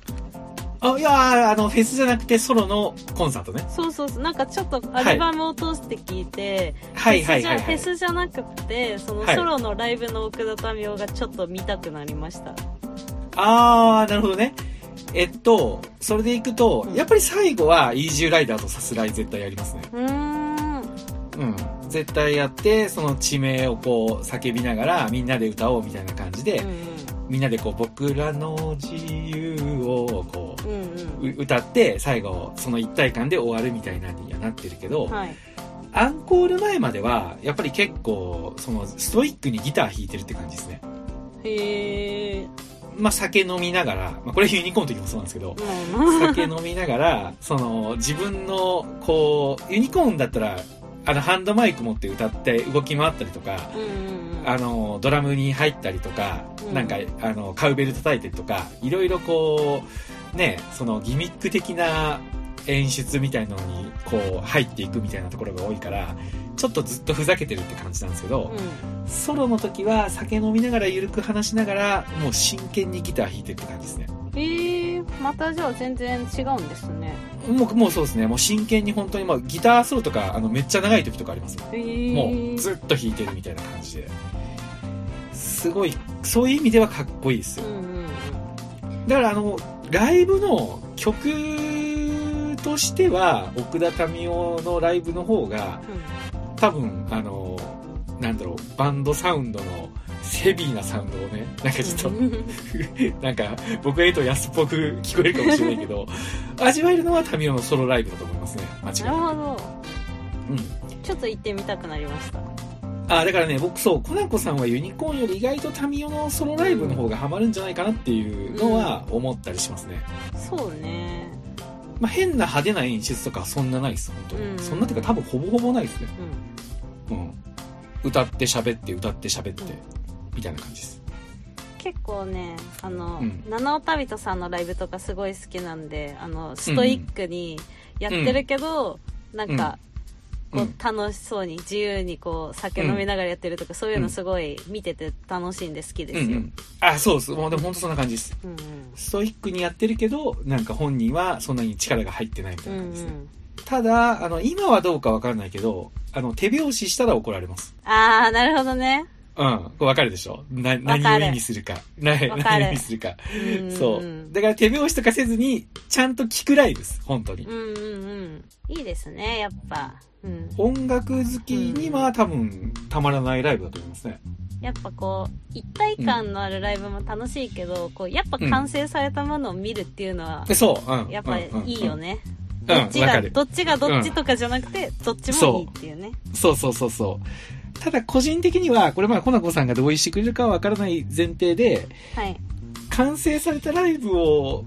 [SPEAKER 1] あいやーあのフェスじゃなくてソロのコンサートね
[SPEAKER 2] そうそうそう、なんかちょっとアルバムを通して聞いて、
[SPEAKER 1] はいはいはい、
[SPEAKER 2] フ
[SPEAKER 1] は
[SPEAKER 2] ェ
[SPEAKER 1] い、
[SPEAKER 2] スじゃフェスじゃなくて、その
[SPEAKER 1] はい
[SPEAKER 2] ソロのライブの奥田民生がちょっと見たくなりました。
[SPEAKER 1] ああなるほどねえっとそれでいくと、
[SPEAKER 2] うん
[SPEAKER 1] やっぱり最後はイージューライダーとさすらい絶対やりますね
[SPEAKER 2] うーん。
[SPEAKER 1] うん絶対やってその地名をこう叫びながらみんなで歌おうみたいな感じで、みんなでこう僕らの自由をこ
[SPEAKER 2] うんうん。うん
[SPEAKER 1] うう歌って最後その一体感で終わるみたいなにはなってるけど、
[SPEAKER 2] うん。はい。
[SPEAKER 1] アンコール前までは、やっぱり結構、その、ストイックにギター弾いてるって感じですね。
[SPEAKER 2] へえ。
[SPEAKER 1] まあ、酒飲みながら、まあ、これユニコーンの時もそうなんですけど、
[SPEAKER 2] うんうん。
[SPEAKER 1] 酒飲みながら、その、自分の、こう、ユニコーンだったら、あの、ハンドマイク持って歌って動き回ったりとか、
[SPEAKER 2] うんうんうん
[SPEAKER 1] あの、ドラムに入ったりとか、
[SPEAKER 2] うん
[SPEAKER 1] なんか、あの、カウベル叩いてとか、いろいろこう、ね、その、ギミック的な演出みたいのにこう入っていくみたいなところが多いからちょっとずっとふざけてるって感じなんですけど、ソロの時は酒飲みながらゆるく話しながらもう真剣にギター弾いてるって感じですね
[SPEAKER 2] えー、またじゃあ全然違うんですね
[SPEAKER 1] もうもうそうですねもう真剣に本当にまあギターソロとかあのめっちゃ長い時とかありますよ
[SPEAKER 2] えー、
[SPEAKER 1] もうずっと弾いてるみたいな感じですごいそういう意味ではかっこいいです
[SPEAKER 2] う
[SPEAKER 1] よ
[SPEAKER 2] んうん
[SPEAKER 1] だからあのライブの曲としては奥田民生のライブの方が多分あのなんだろうバンドサウンドのヘビーなサウンドをねなんかちょっと
[SPEAKER 2] うんうん
[SPEAKER 1] なんか僕が言うと安っぽく聞こえるかもしれないけど 味わえるのは民生のソロライブだと思いますね間違い
[SPEAKER 2] な
[SPEAKER 1] な
[SPEAKER 2] るほど
[SPEAKER 1] く、うん、
[SPEAKER 2] ちょっと行ってみたくなりました
[SPEAKER 1] あだからね僕そうコナコさんはユニコーンより意外と民生のソロライブの方がハマるんじゃないかなっていうのは思ったりしますね、
[SPEAKER 2] そうね
[SPEAKER 1] まあ、変な派手な演出とかそんなないです本当に、
[SPEAKER 2] うん
[SPEAKER 1] そんなっていうか多分ほぼほぼないですね、
[SPEAKER 2] うん
[SPEAKER 1] うん、歌って喋って歌って喋って、みたいな感じです
[SPEAKER 2] 結構ねあの、
[SPEAKER 1] うん
[SPEAKER 2] 七尾旅人さんのライブとかすごい好きなんであのストイックにやってるけど、なんか、
[SPEAKER 1] うん
[SPEAKER 2] こう楽しそうに自由にこう酒飲みながらやってるとか、そういうのすごい見てて楽しいんで好きで
[SPEAKER 1] う
[SPEAKER 2] すよ、
[SPEAKER 1] んうんあそうですもうでも本当そんな感じです
[SPEAKER 2] うん
[SPEAKER 1] ストイックにやってるけどなんか本人はそんなに力が入ってないみた
[SPEAKER 2] う
[SPEAKER 1] い
[SPEAKER 2] ん
[SPEAKER 1] な
[SPEAKER 2] う
[SPEAKER 1] 感
[SPEAKER 2] ん
[SPEAKER 1] じです
[SPEAKER 2] う
[SPEAKER 1] ね、
[SPEAKER 2] ん
[SPEAKER 1] ただあの今はどうかわかんないけどあの手拍子したら怒られます
[SPEAKER 2] ああなるほどね、
[SPEAKER 1] うん。わかるでしょな、
[SPEAKER 2] わかる
[SPEAKER 1] 何を意味するか。な
[SPEAKER 2] わかる
[SPEAKER 1] 何を意味するか。
[SPEAKER 2] うん
[SPEAKER 1] そう。だから手拍子とかせずに、ちゃんと聞くらいです。本当に
[SPEAKER 2] う。んうんうんいいですねやっぱ、うん、
[SPEAKER 1] 音楽好きには多分、たまらないライブだと思いますね。
[SPEAKER 2] やっぱこう一体感のあるライブも楽しいけど、こうやっぱ完成されたものを見るっていうのは
[SPEAKER 1] で、そう。うん。
[SPEAKER 2] やっぱいいよ
[SPEAKER 1] ね。うん、
[SPEAKER 2] ね、どっち
[SPEAKER 1] わ
[SPEAKER 2] が
[SPEAKER 1] かる。
[SPEAKER 2] どっちがどっちとかじゃなくて、どっちもいいっていうね
[SPEAKER 1] そうそうそうそう。ただ個人的には、これまあ、コナコさんが同意してくれるかはわからない前提で、
[SPEAKER 2] はい
[SPEAKER 1] 完成されたライブを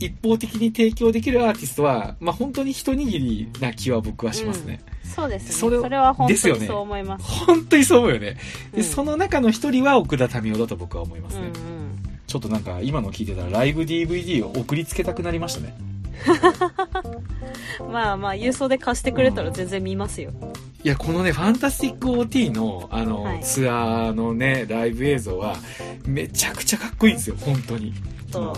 [SPEAKER 1] 一方的に提供できるアーティストは、まあ本当に一握りな気は僕はしますね。
[SPEAKER 2] そうですねそ
[SPEAKER 1] そ
[SPEAKER 2] れ
[SPEAKER 1] れ
[SPEAKER 2] は本
[SPEAKER 1] です
[SPEAKER 2] 当
[SPEAKER 1] よ
[SPEAKER 2] に
[SPEAKER 1] ね
[SPEAKER 2] そう思います
[SPEAKER 1] 本当にそう思うよね。で、
[SPEAKER 2] うん
[SPEAKER 1] その中の一人は奥田民生だと僕は思います
[SPEAKER 2] う
[SPEAKER 1] ね。
[SPEAKER 2] んうん
[SPEAKER 1] ちょっとなんか今の聞いてたらライブ DVD を送りつけたくなりましたね。
[SPEAKER 2] まあまあ郵送で貸してくれたら全然見ますよ、
[SPEAKER 1] いや、このね、ファンタスティック OT のあの、
[SPEAKER 2] はい
[SPEAKER 1] ツアーのね、ライブ映像はめちゃくちゃかっこいいんですよ、本当に。
[SPEAKER 2] と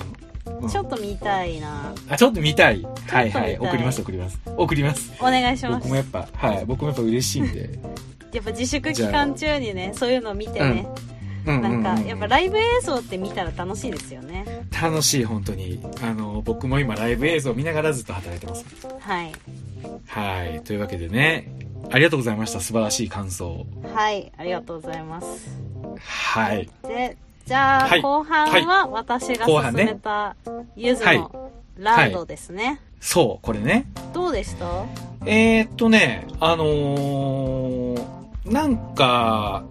[SPEAKER 1] うん
[SPEAKER 2] ちょっと見たいな
[SPEAKER 1] あちょっと見たい。はいは
[SPEAKER 2] ちょっと見
[SPEAKER 1] い。
[SPEAKER 2] たい
[SPEAKER 1] 送ります、送ります。送ります。
[SPEAKER 2] お願いします
[SPEAKER 1] 僕もやっぱ、はい。僕もやっぱ嬉しいんで。
[SPEAKER 2] やっぱ自粛期間中にねそういうのを見てね、
[SPEAKER 1] うんうんうん
[SPEAKER 2] なんかやっぱライブ映像って見たら楽しいですよね
[SPEAKER 1] 楽しい、本当に。あの、僕も今ライブ映像を見ながらずっと働いてます。
[SPEAKER 2] はい
[SPEAKER 1] はい。というわけでね、ありがとうございました。素晴らしい感想。
[SPEAKER 2] はいありがとうございます
[SPEAKER 1] はい。
[SPEAKER 2] でじゃあ、
[SPEAKER 1] はい
[SPEAKER 2] 後半は私が
[SPEAKER 1] 後
[SPEAKER 2] 勧
[SPEAKER 1] 半ね
[SPEAKER 2] めたゆずのラードですね、
[SPEAKER 1] そう、これね。
[SPEAKER 2] どうでした
[SPEAKER 1] えー、っとね、あのーなんか、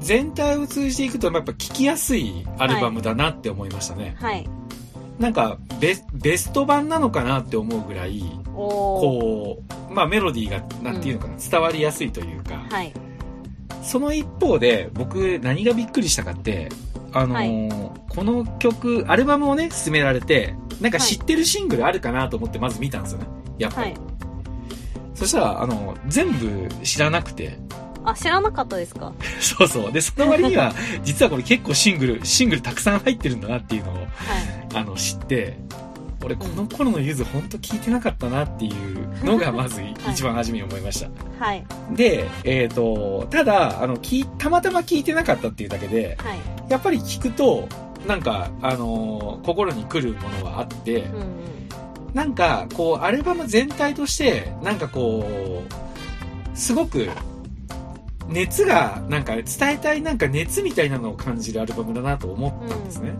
[SPEAKER 1] 全体を通じていくと、やっぱ聞きやすいアルバムだなって思いましたね。
[SPEAKER 2] はい
[SPEAKER 1] なんかベス、ベスト版なのかなって思うぐらい、
[SPEAKER 2] おお
[SPEAKER 1] こう、まあメロディーが、なんていうのかな、伝わりやすいというか、
[SPEAKER 2] はい
[SPEAKER 1] その一方で、僕、何がびっくりしたかって、あのーこの曲、アルバムをね、勧められて、なんか知ってるシングルあるかなと思ってまず見たんですよね。やっぱ
[SPEAKER 2] は
[SPEAKER 1] り。
[SPEAKER 2] い
[SPEAKER 1] そしたら、あの、全部知らなくて、
[SPEAKER 2] あ知らなかったですか
[SPEAKER 1] そうそう。で、その割には、実はこれ結構シングル、シングルたくさん入ってるんだなっていうのを、
[SPEAKER 2] はい
[SPEAKER 1] あの、知って、俺この頃のゆずほんと聞いてなかったなっていうのが、まず一番初めに思いました。
[SPEAKER 2] はい
[SPEAKER 1] で、えっ、と、ただ、あの、聞いたまたま聞いてなかったっていうだけで、
[SPEAKER 2] はい
[SPEAKER 1] やっぱり聞くと、なんか、あのー心に来るものはあって、
[SPEAKER 2] うんうん
[SPEAKER 1] なんか、こう、アルバム全体として、なんかこう、すごく、熱が、なんか伝えたいなんか熱みたいなのを感じるアルバムだなと思ったんですね。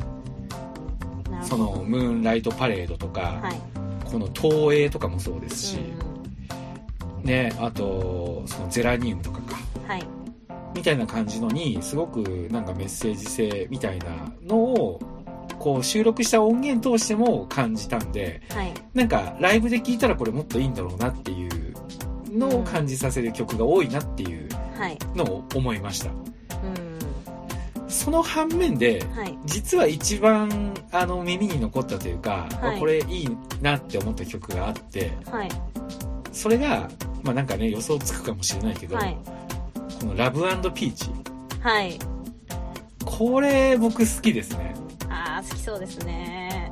[SPEAKER 2] なる
[SPEAKER 1] そ
[SPEAKER 2] ほど
[SPEAKER 1] の、ムーンライトパレードとか、
[SPEAKER 2] はい
[SPEAKER 1] この東映とかもそうですし、
[SPEAKER 2] うん
[SPEAKER 1] ね、あと、そのゼラニウムとかか、
[SPEAKER 2] うんはい
[SPEAKER 1] みたいな感じのに、すごくなんかメッセージ性みたいなのを、こう収録した音源通しても感じたんで、
[SPEAKER 2] はい
[SPEAKER 1] なんかライブで聴いたらこれもっといいんだろうなっていうのを感じさせる曲が多いなっていう
[SPEAKER 2] はい
[SPEAKER 1] のを思いました。
[SPEAKER 2] うん
[SPEAKER 1] その反面で
[SPEAKER 2] はい
[SPEAKER 1] 実は一番あの耳に残ったというか、
[SPEAKER 2] はい
[SPEAKER 1] これいいなって思った曲があって
[SPEAKER 2] はい
[SPEAKER 1] それがまあなんかね予想つくかもしれないけど、
[SPEAKER 2] はい
[SPEAKER 1] この「ラブピーチ
[SPEAKER 2] はい」
[SPEAKER 1] これ僕好きですね
[SPEAKER 2] ああ好きそうですね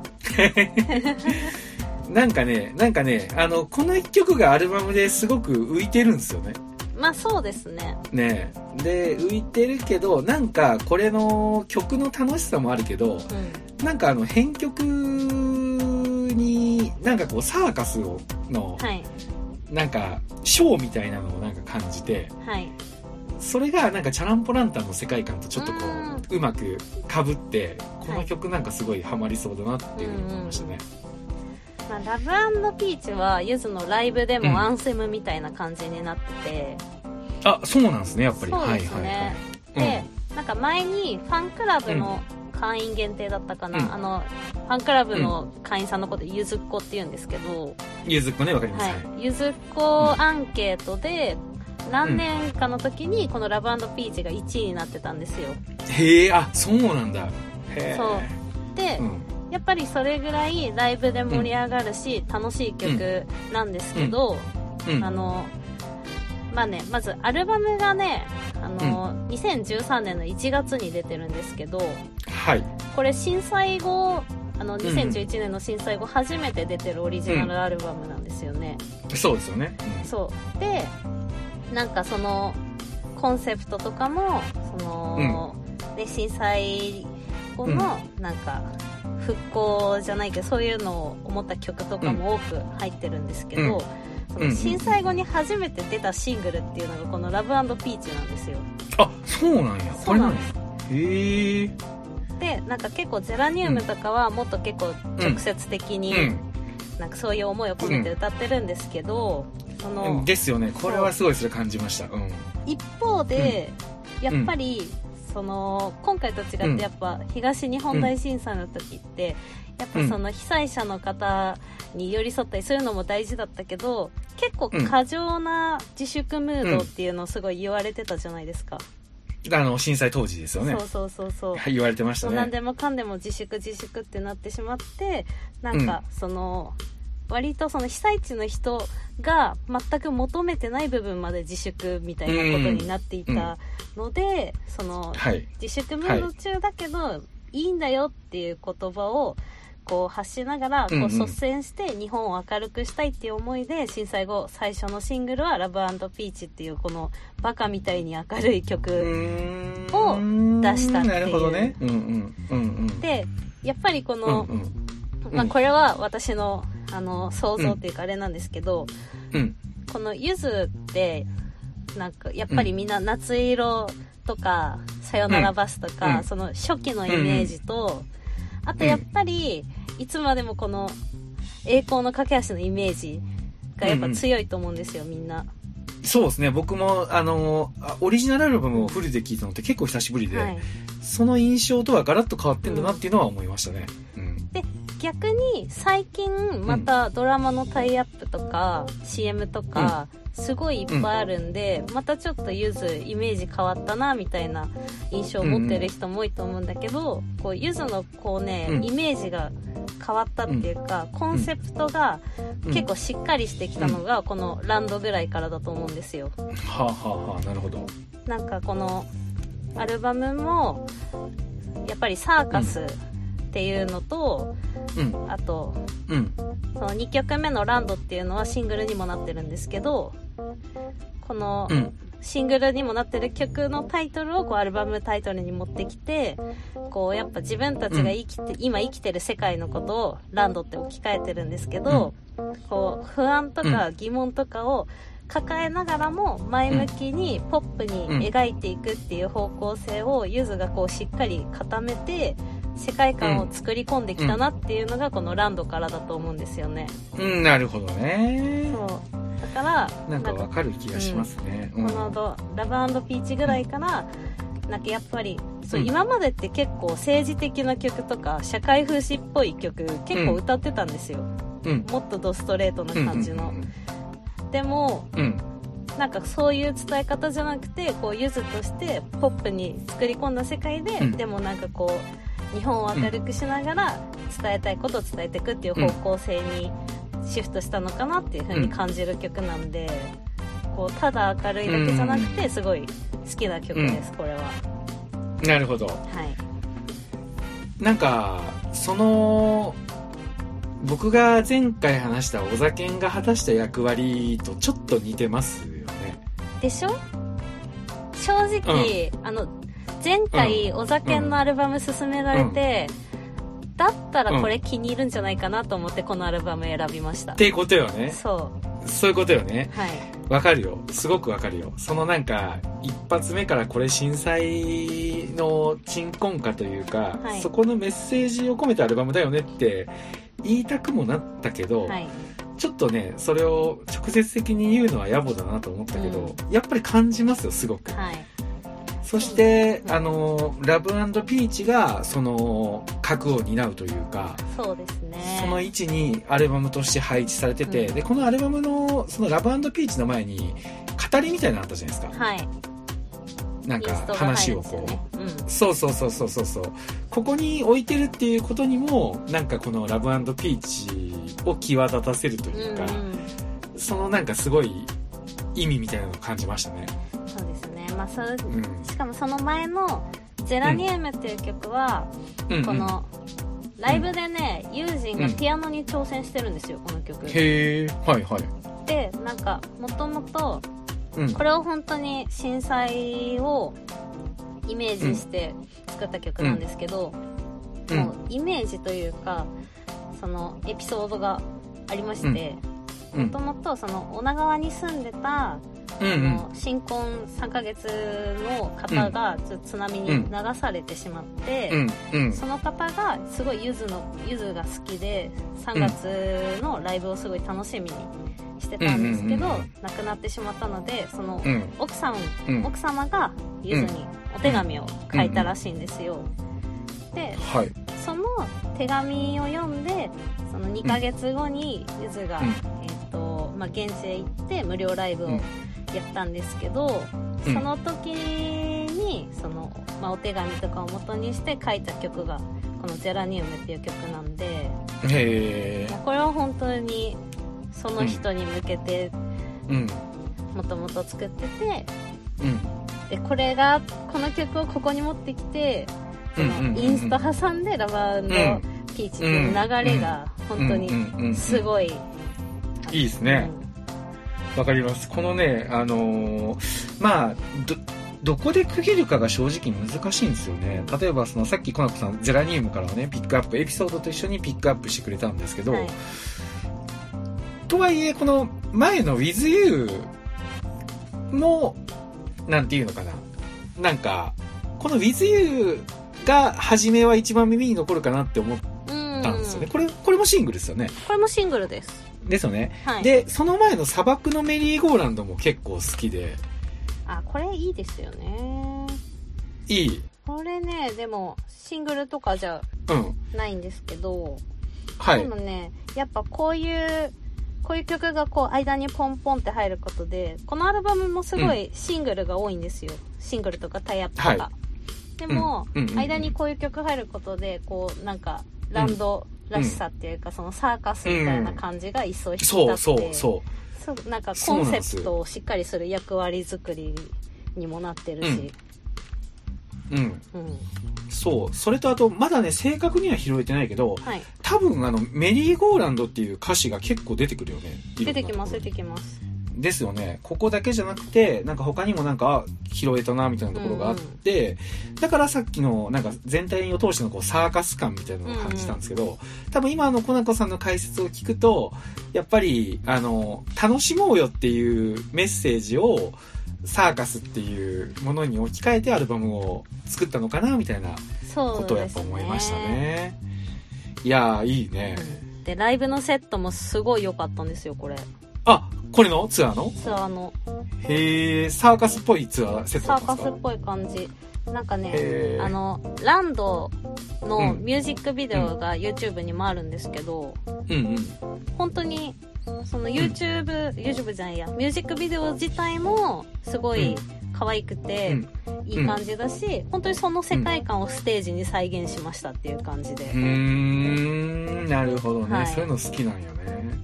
[SPEAKER 1] なんかねなんかねあのこの一曲がアルバムですごく浮いてるんですよね
[SPEAKER 2] まあそうですね
[SPEAKER 1] ねで浮いてるけどなんかこれの曲の楽しさもあるけど
[SPEAKER 2] うん
[SPEAKER 1] なんかあの編曲になんかこうサーカスをの
[SPEAKER 2] はい
[SPEAKER 1] なんかショーみたいなのをなんか感じて
[SPEAKER 2] はい
[SPEAKER 1] それがなんかチャランポランタンの世界観とちょっとこううまくかぶってこの曲なんかすごいハマりそうだなっていうふうに思いましたね、
[SPEAKER 2] まあ、ラブピーチはゆずのライブで
[SPEAKER 1] うん
[SPEAKER 2] もアンセムみたいな感じになってて、
[SPEAKER 1] あそうなんですねやっぱり
[SPEAKER 2] そうですね
[SPEAKER 1] はいはいはい
[SPEAKER 2] で、なんか前にファンクラブの会員限定だったかな、
[SPEAKER 1] うん
[SPEAKER 2] あのファンクラブの会員さんのことゆずっ子って言うんですけど、
[SPEAKER 1] うんゆずっこねわかります、はい
[SPEAKER 2] はい、ゆずっ子アンケートで何年かの時にこのラブピーチが1位になってたんですよ
[SPEAKER 1] へえあそうなんだへえ
[SPEAKER 2] そうで、
[SPEAKER 1] ん、
[SPEAKER 2] やっぱりそれぐらいライブで盛り上がるし、楽しい曲なんですけど、
[SPEAKER 1] うん、
[SPEAKER 2] あのまあねまずアルバムがねあの、2013年の1月に出てるんですけど
[SPEAKER 1] はい
[SPEAKER 2] これ震災後あの
[SPEAKER 1] ん
[SPEAKER 2] 2011年の震災後初めて出てるオリジナルアルバムなんですよね、
[SPEAKER 1] そうですよね、
[SPEAKER 2] そうでなんかそのコンセプトとかもその、ね、震災後のなんか復興じゃないけどそういうのを思った曲とかも多く入ってるんですけど、そ
[SPEAKER 1] うん
[SPEAKER 2] の震災後に初めて出たシングルっていうのがこの「ラブピーチなんですよ
[SPEAKER 1] あそうなんやこ
[SPEAKER 2] そう
[SPEAKER 1] れ
[SPEAKER 2] な
[SPEAKER 1] 何
[SPEAKER 2] んです
[SPEAKER 1] へえ
[SPEAKER 2] でなんか結構ゼラニウムとかはもっと結構直接的に
[SPEAKER 1] う
[SPEAKER 2] なんかそういう思いを込めて歌ってるんですけど、その
[SPEAKER 1] んですよねこれはすごいそれ感じましたうん
[SPEAKER 2] 一方で、やっぱり、その今回と違ってやっぱ東日本大震災の時って、やっぱその被災者の方に寄り添ったりそういうのも大事だったけど結構過剰な自粛ムードっていうのをすごい言われてたじゃないですか、
[SPEAKER 1] あの震災当時ですよね
[SPEAKER 2] そうそうそうそう、
[SPEAKER 1] はい言われてました
[SPEAKER 2] そう何
[SPEAKER 1] ね
[SPEAKER 2] でもかんでも自粛自粛ってなってしまってなんかその、割とその被災地の人が全く求めてない部分まで自粛みたいなことになっていたので、その
[SPEAKER 1] はい
[SPEAKER 2] 自粛ムード中だけど、い、いんだよっていう言葉をこう発しながらこ
[SPEAKER 1] うんう
[SPEAKER 2] うん率先して日本を明るくしたいっていう思いで震災後最初のシングルは「ラブピーチっていうこのバカみたいに明るい曲。を出したっていう
[SPEAKER 1] なるほどねうんうんうんうん
[SPEAKER 2] でやっぱりこ
[SPEAKER 1] うん
[SPEAKER 2] の、
[SPEAKER 1] うん
[SPEAKER 2] まあ、
[SPEAKER 1] うん
[SPEAKER 2] これは私のあの想像っていうかあれなんですけど、
[SPEAKER 1] うん
[SPEAKER 2] このゆずってなんかやっぱりみんな夏色とか「さよならバス」とか、
[SPEAKER 1] うん
[SPEAKER 2] その初期のイメージと、あとやっぱりいつまでもこの栄光の架け橋のイメージがやっぱ強いと思うんですよみんな。
[SPEAKER 1] そうですね僕もあのあオリジナルアルバムをフルで聴いたのって結構久しぶりで、
[SPEAKER 2] はい、
[SPEAKER 1] その印象とはガラッと変わってんだなっていうのは思いましたねうん
[SPEAKER 2] 逆に最近またドラマのタイアップとか CM とかすごいいっぱいあるんでまたちょっとゆずイメージ変わったなみたいな印象を持ってる人も多いと思うんだけどこうゆずのこうね
[SPEAKER 1] うん
[SPEAKER 2] イメージが変わったっていうかコンセプトが
[SPEAKER 1] うん
[SPEAKER 2] 結構しっかりしてきたのがこのランドぐらいからだと思うんですよ。
[SPEAKER 1] はあはあはあなるほど
[SPEAKER 2] なんかこのアルバムもやっぱりサーカスっていうのと
[SPEAKER 1] うん
[SPEAKER 2] あと
[SPEAKER 1] うん
[SPEAKER 2] その2曲目の「ランド」っていうのはシングルにもなってるんですけどこの
[SPEAKER 1] うん
[SPEAKER 2] シングルにもなってる曲のタイトルをこうアルバムタイトルに持ってきてこうやっぱ自分たちが生きて、今生きてる世界のことを「ランド」って置き換えてるんですけど、こう不安とか疑問とかを抱えながらも前向きにポップに描いていくっていう方向性をゆずがこうしっかり固めて世界観を作り込んできたなっていうのがこの「ランド」からだと思うんですよね。
[SPEAKER 1] うんなるほどね
[SPEAKER 2] そうだから
[SPEAKER 1] なんかわかる気がしますね。う
[SPEAKER 2] こ
[SPEAKER 1] ん
[SPEAKER 2] のドラブピーチぐらいから、なんかやっぱりそう、
[SPEAKER 1] うん
[SPEAKER 2] 今までって結構政治的な曲とか社会風刺っぽい曲結構歌ってたんですよ、
[SPEAKER 1] うん
[SPEAKER 2] もっとドストレートな感じの、
[SPEAKER 1] うん
[SPEAKER 2] でも
[SPEAKER 1] うんうん
[SPEAKER 2] なんかそういう伝え方じゃなくてこうゆずとしてポップに作り込んだ世界で、
[SPEAKER 1] うん
[SPEAKER 2] でもなんかこう日本を明るくしながら伝えたいことを伝えていくっていう方向性にシフトしたのかなっていう風に感じる曲なんで、こうただ明るいだけじゃなくてすごい好きな曲です、これは。
[SPEAKER 1] なるほど
[SPEAKER 2] はい
[SPEAKER 1] なんかその僕が前回話した小酒が果たした役割とちょっと似てますよね
[SPEAKER 2] でしょ正直、あの前回お酒のアルバム勧められて、だったらこれ気に入るんじゃないかなと思ってこのアルバム選びました
[SPEAKER 1] っ、ていうことよね
[SPEAKER 2] そ
[SPEAKER 1] そういうことよね
[SPEAKER 2] うはい
[SPEAKER 1] わかるよすごくわかるよそのなんか一発目からこれ震災の鎮魂歌というか、
[SPEAKER 2] はい
[SPEAKER 1] そこのメッセージを込めたアルバムだよねって言いたくもなったけど、
[SPEAKER 2] はい
[SPEAKER 1] ちょっとねそれを直接的に言うのは野暮だなと思ったけど、やっぱり感じますよすごく、
[SPEAKER 2] はい
[SPEAKER 1] そして、
[SPEAKER 2] うん
[SPEAKER 1] あのラブピーチがその核を担うというか、
[SPEAKER 2] そうですね
[SPEAKER 1] その位置にアルバムとして配置されてて、
[SPEAKER 2] うん
[SPEAKER 1] でこのアルバムのそのラブピーチの前に語りみたいなのあったじゃないですか、
[SPEAKER 2] はい
[SPEAKER 1] なん
[SPEAKER 2] イ
[SPEAKER 1] か
[SPEAKER 2] ンストが入
[SPEAKER 1] 話
[SPEAKER 2] るん
[SPEAKER 1] を
[SPEAKER 2] ですよ
[SPEAKER 1] こ
[SPEAKER 2] ね
[SPEAKER 1] う。
[SPEAKER 2] うん
[SPEAKER 1] そうそうそうそうそうそうここに置いてるっていうことにもなんかこの「ラブピーチ」を際立たせると
[SPEAKER 2] う
[SPEAKER 1] いうんか、
[SPEAKER 2] うん
[SPEAKER 1] そのなんかすごい意味みたいなのを感じましたね。
[SPEAKER 2] そうですねまあそれ
[SPEAKER 1] うん。
[SPEAKER 2] しかもその前の「ゼラニウム」っていう曲は、
[SPEAKER 1] うんうん
[SPEAKER 2] このライブでね、ユージンがピアノに挑戦してるんですよ、この曲
[SPEAKER 1] へえ、はいはい。
[SPEAKER 2] でなんかもともと
[SPEAKER 1] うん。
[SPEAKER 2] これを本当に震災をイメージして作った曲なんですけど、
[SPEAKER 1] う。
[SPEAKER 2] もうんイメージというかそのエピソードがありまして
[SPEAKER 1] うん
[SPEAKER 2] もともとその女川に住んでた、
[SPEAKER 1] うん
[SPEAKER 2] あ
[SPEAKER 1] うん
[SPEAKER 2] の新婚3ヶ月の方がちょっと津波に流されてしまって。
[SPEAKER 1] うんうん
[SPEAKER 2] その方がすごいゆずのゆずが好きで3月のライブをすごい楽しみにしてたんですけど、
[SPEAKER 1] うんうんうん
[SPEAKER 2] 亡くなってしまったのでその
[SPEAKER 1] うん
[SPEAKER 2] 奥さん、
[SPEAKER 1] うん
[SPEAKER 2] 奥様がゆずにお手紙を書いたらしいんですよ、で
[SPEAKER 1] はい
[SPEAKER 2] その手紙を読んでその2ヶ月後にゆずが、
[SPEAKER 1] うん
[SPEAKER 2] えっとまあ、現地へ行って無料ライブをやったんですけど、
[SPEAKER 1] うん
[SPEAKER 2] その時にその、まあ、お手紙とかを元にして書いた曲がこの「ゼラニウム」っていう曲なんで
[SPEAKER 1] へえ
[SPEAKER 2] これは本当にその人に向けて
[SPEAKER 1] うん
[SPEAKER 2] もともと作ってて
[SPEAKER 1] うん
[SPEAKER 2] でこれがこの曲をここに持ってきてそ
[SPEAKER 1] うんうんうんう
[SPEAKER 2] の
[SPEAKER 1] ん
[SPEAKER 2] インスト挟んで「ラバーピーチ」っていう流れが本当に
[SPEAKER 1] に
[SPEAKER 2] す
[SPEAKER 1] い
[SPEAKER 2] ごい。
[SPEAKER 1] いいですねわかりますこのねあのーまあどどこで区切るかが正直難しいんですよね例えばそのさっきコナコさんゼラニウムからはねピックアップエピソードと一緒にピックアップしてくれたんですけ
[SPEAKER 2] う
[SPEAKER 1] ど、
[SPEAKER 2] んはい
[SPEAKER 1] とはいえこの前の「WithYou」もなんていうのかななんかこの「WithYou」が初めは一番耳に残るかなって思っ
[SPEAKER 2] うん
[SPEAKER 1] たんですよね、これこれもシングルですよね
[SPEAKER 2] これもシングルです、
[SPEAKER 1] ですよね、
[SPEAKER 2] はい、
[SPEAKER 1] でその前の「砂漠のメリーゴーランド」も結構好きで
[SPEAKER 2] あこれいいですよね
[SPEAKER 1] いい
[SPEAKER 2] これねでもシングルとかじゃ
[SPEAKER 1] うん
[SPEAKER 2] ないんですけど、
[SPEAKER 1] は
[SPEAKER 2] で
[SPEAKER 1] い
[SPEAKER 2] もねやっぱこういうこういう曲がこう間にポンポンって入ることでこのアルバムもすごいシングルが多いんですよ、シングルとかタイアップとか、
[SPEAKER 1] は
[SPEAKER 2] でも、
[SPEAKER 1] うんうんうんうん
[SPEAKER 2] 間にこういう曲入ることでこうなんかランドらしさっていうか、そのサーカスみたいな感じが一層引き立って、
[SPEAKER 1] そうそうそう
[SPEAKER 2] そうなんか
[SPEAKER 1] そう
[SPEAKER 2] コン
[SPEAKER 1] なん
[SPEAKER 2] セ
[SPEAKER 1] です
[SPEAKER 2] プトをしっかりする役割作りにもなってるし、
[SPEAKER 1] うん
[SPEAKER 2] うん
[SPEAKER 1] そうそれとあとまだね正確には拾えてないけど
[SPEAKER 2] はい
[SPEAKER 1] 多分あのメリーゴーランドっていう歌詞が結構出てくるよねいろん
[SPEAKER 2] 出
[SPEAKER 1] な
[SPEAKER 2] てきま
[SPEAKER 1] と
[SPEAKER 2] す
[SPEAKER 1] ころ
[SPEAKER 2] 出
[SPEAKER 1] に
[SPEAKER 2] てきます
[SPEAKER 1] ですよねここだけじゃなくてなんか他にもなんかあ拾えたなみたいなところがあって、だからさっきのなんか全体を通してのこうサーカス感みたいなのを感じたんですけど、多分今のコナコさんの解説を聞くとやっぱりあの楽しもうよっていうメッセージをサーカスっていうものに置き換えてアルバムを作ったのかなみたいな
[SPEAKER 2] そうですね
[SPEAKER 1] ことをやっぱ思いましたね。いやーいいね。
[SPEAKER 2] うんでライブのセットもすごい良かったんですよこれ
[SPEAKER 1] あこれのツアーの
[SPEAKER 2] ツアーの
[SPEAKER 1] へえサーカスっぽいツアーセット
[SPEAKER 2] サ
[SPEAKER 1] だった
[SPEAKER 2] ー
[SPEAKER 1] んで
[SPEAKER 2] カ
[SPEAKER 1] すか
[SPEAKER 2] スっぽい感じなんかね
[SPEAKER 1] へー
[SPEAKER 2] あのランドの
[SPEAKER 1] うん
[SPEAKER 2] ミュージックビデオが YouTube にもあるんですけど、
[SPEAKER 1] うんうん
[SPEAKER 2] 本当にその YouTube、YouTube じゃないや、ミュージックビデオ自体もすごい可愛く
[SPEAKER 1] う
[SPEAKER 2] て
[SPEAKER 1] ん、
[SPEAKER 2] いい感じだし、本当にその世界観をステージに再現しましたっていう感じで。
[SPEAKER 1] うーんなるほどね、
[SPEAKER 2] はい
[SPEAKER 1] そういうの好きなんよね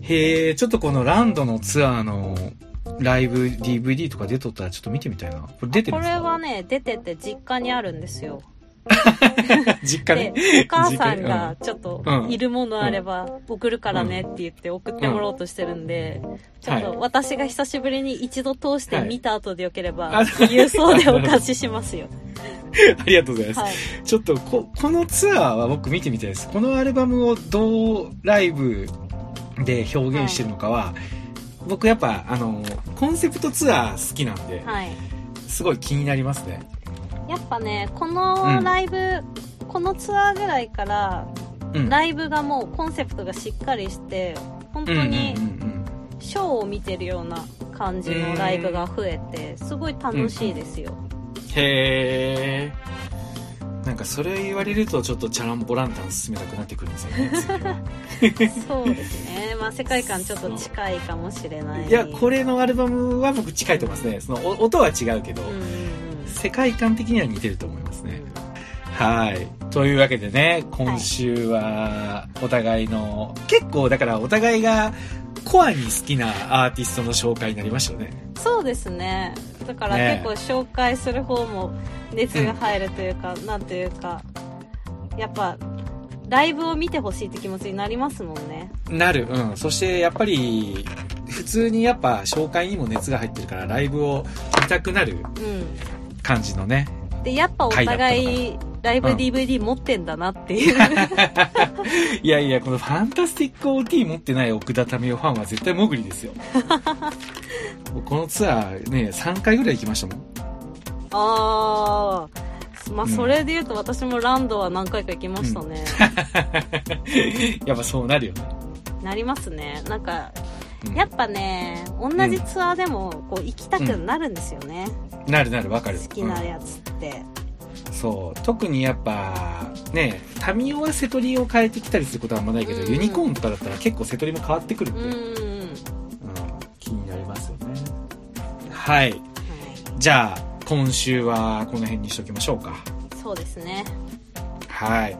[SPEAKER 1] へえちょっとこのランドのツアーのライブ DVD とか出とったらちょっと見てみたいなこれ出てる
[SPEAKER 2] こ
[SPEAKER 1] んです
[SPEAKER 2] れ
[SPEAKER 1] か
[SPEAKER 2] はね、出てて実家にあるんですよ。
[SPEAKER 1] 実家
[SPEAKER 2] で
[SPEAKER 1] ね、
[SPEAKER 2] お母さん
[SPEAKER 1] 実家ね
[SPEAKER 2] がちょっといるものあれば送るからねって言って送ってもらおうとしてるんで、ちょっ
[SPEAKER 1] はい
[SPEAKER 2] と私が久しぶりに一度通して見た後でよければ
[SPEAKER 1] はい、
[SPEAKER 2] 郵送でお貸ししま すよ。
[SPEAKER 1] ありがとうございます、
[SPEAKER 2] はい。
[SPEAKER 1] ちょっとここのツアーは僕見てみたいですこのアルバムをどうライブで表現してるのかは、僕やっぱあのコンセプトツアー好きなんで、
[SPEAKER 2] はい。
[SPEAKER 1] すごい気になりますね
[SPEAKER 2] やっぱね、こ
[SPEAKER 1] うん
[SPEAKER 2] のライブ、このツアーぐらいから、
[SPEAKER 1] うん
[SPEAKER 2] ライブがもうコンセプトがしっかりして、本当に
[SPEAKER 1] うんうんうんうん
[SPEAKER 2] ショーを見てるような感じのライブが増えて、すごい楽しいですよ。
[SPEAKER 1] へえなんかそれ言われるとちょっとチャランボランタン進めたくなってくるんですよね次は
[SPEAKER 2] そうですね。まあ世界観ちょっと近いかもしれない。
[SPEAKER 1] いやこれのアルバムは僕近いと思いますねそのお音は違うけど、
[SPEAKER 2] うんうんうん
[SPEAKER 1] 世界観的には似てると思いますね、はいというわけでね今週はお互いの、結構だからお互いがコアに好きなアーティストの紹介になりましたよね
[SPEAKER 2] そうですね。だから
[SPEAKER 1] ね
[SPEAKER 2] 結構紹介する方も熱が入るというか、なんというか、やっぱ、ライブを見てほしいって気持ちになりますもんね。
[SPEAKER 1] なるうんそしてやっぱり普通にやっぱ紹介にも熱が入ってるからライブを見たくなる
[SPEAKER 2] う
[SPEAKER 1] 感じのね
[SPEAKER 2] ん。で、やっぱお互い、ライブ
[SPEAKER 1] うん
[SPEAKER 2] DVD 持ってんだなっていう。
[SPEAKER 1] いやいや、このファンタスティック OT 持ってない奥田民生ファンは絶対モグリです よ。もうこのツアーね、3回ぐらい行きましたもん。
[SPEAKER 2] ああ。まあ、
[SPEAKER 1] うん
[SPEAKER 2] それで言うと私もランドは何回か行きましたね。
[SPEAKER 1] やっぱそうなるよね。
[SPEAKER 2] なりますね。なんか、
[SPEAKER 1] うん
[SPEAKER 2] やっぱね、同じツアーでも、こう、行きたくなるんですよね。
[SPEAKER 1] なるなるわかる。
[SPEAKER 2] 好きな
[SPEAKER 1] うん
[SPEAKER 2] やつって。
[SPEAKER 1] そう。特にやっぱ、ね、民生は瀬戸りを変えてきたりすることはあんまないけど、
[SPEAKER 2] うん
[SPEAKER 1] ユニコーンとかだったら結構瀬戸りも変わってくるん
[SPEAKER 2] う
[SPEAKER 1] で、
[SPEAKER 2] ん。
[SPEAKER 1] うん
[SPEAKER 2] うんうん。
[SPEAKER 1] 気になりますよね。はい。じゃあ、今週はこの辺にしときましょうか。
[SPEAKER 2] そうですね。
[SPEAKER 1] はい。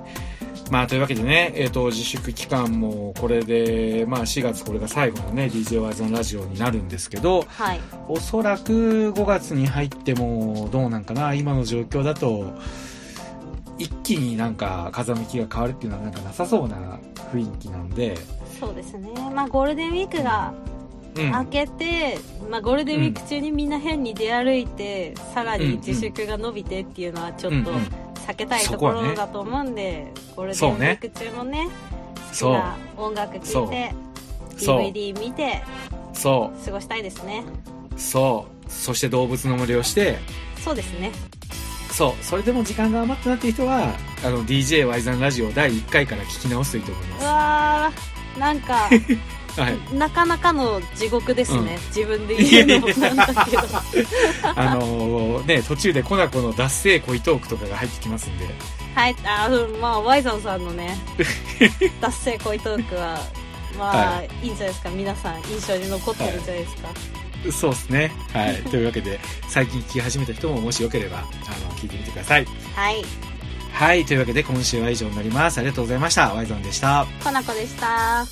[SPEAKER 1] まあ、というわけでね、えっ、と、自粛期間もこれで、まあ、4月これが最後のね、DJ ワイズのラジオになるんですけど、
[SPEAKER 2] はい。
[SPEAKER 1] おそらく5月に入ってもどうなんかな、今の状況だと、一気になんか風向きが変わるっていうのはなんかなさそうな雰囲気なんで、
[SPEAKER 2] そうですね。まあ、ゴールデンウィークが
[SPEAKER 1] うん。
[SPEAKER 2] 明けて、まあ、ゴールデンウィーク中にみんな変に出歩いて、さらに自粛が伸びてっていうのはちょ
[SPEAKER 1] うんう
[SPEAKER 2] っ
[SPEAKER 1] ん
[SPEAKER 2] と避けたい
[SPEAKER 1] そ
[SPEAKER 2] と
[SPEAKER 1] こ
[SPEAKER 2] こ
[SPEAKER 1] はね
[SPEAKER 2] ろだと思うんで、ゴールデンウ
[SPEAKER 1] そう
[SPEAKER 2] ィ
[SPEAKER 1] ね
[SPEAKER 2] ーク中もね、好
[SPEAKER 1] そ
[SPEAKER 2] き
[SPEAKER 1] う。
[SPEAKER 2] な音楽聴
[SPEAKER 1] そ
[SPEAKER 2] いて、
[SPEAKER 1] そう。
[SPEAKER 2] DVD 見て
[SPEAKER 1] そ
[SPEAKER 2] 過ごしたいですね。
[SPEAKER 1] う。そう。そして動物の森をして、
[SPEAKER 2] そうですね。
[SPEAKER 1] そう。それでも時間が余ったなっていう人は、あの、DJ ワイザンラジオ第1回から聞き直すといいと思いうま
[SPEAKER 2] わー、なんか、
[SPEAKER 1] す。はい。
[SPEAKER 2] なかなかの地獄ですね。
[SPEAKER 1] う
[SPEAKER 2] 自分で言うのもなんだけど。
[SPEAKER 1] あのーね、途中でコナコの脱成恋トークとかが入ってきますんで。
[SPEAKER 2] はい、あうんまあ、ワイザンさんの ね、達成恋トークは、まあ、、
[SPEAKER 1] はい
[SPEAKER 2] いんじゃないですか。皆さん、印象に残ってるんじゃないですか。
[SPEAKER 1] そうですね。 はい。というわけで、最近聞き始めた人ももしよければ、あの、聞いてみてください。
[SPEAKER 2] はい、
[SPEAKER 1] はい。というわけで、今週は以上になります。ありがとうございました。ワイゾンでした。
[SPEAKER 2] コナコでした。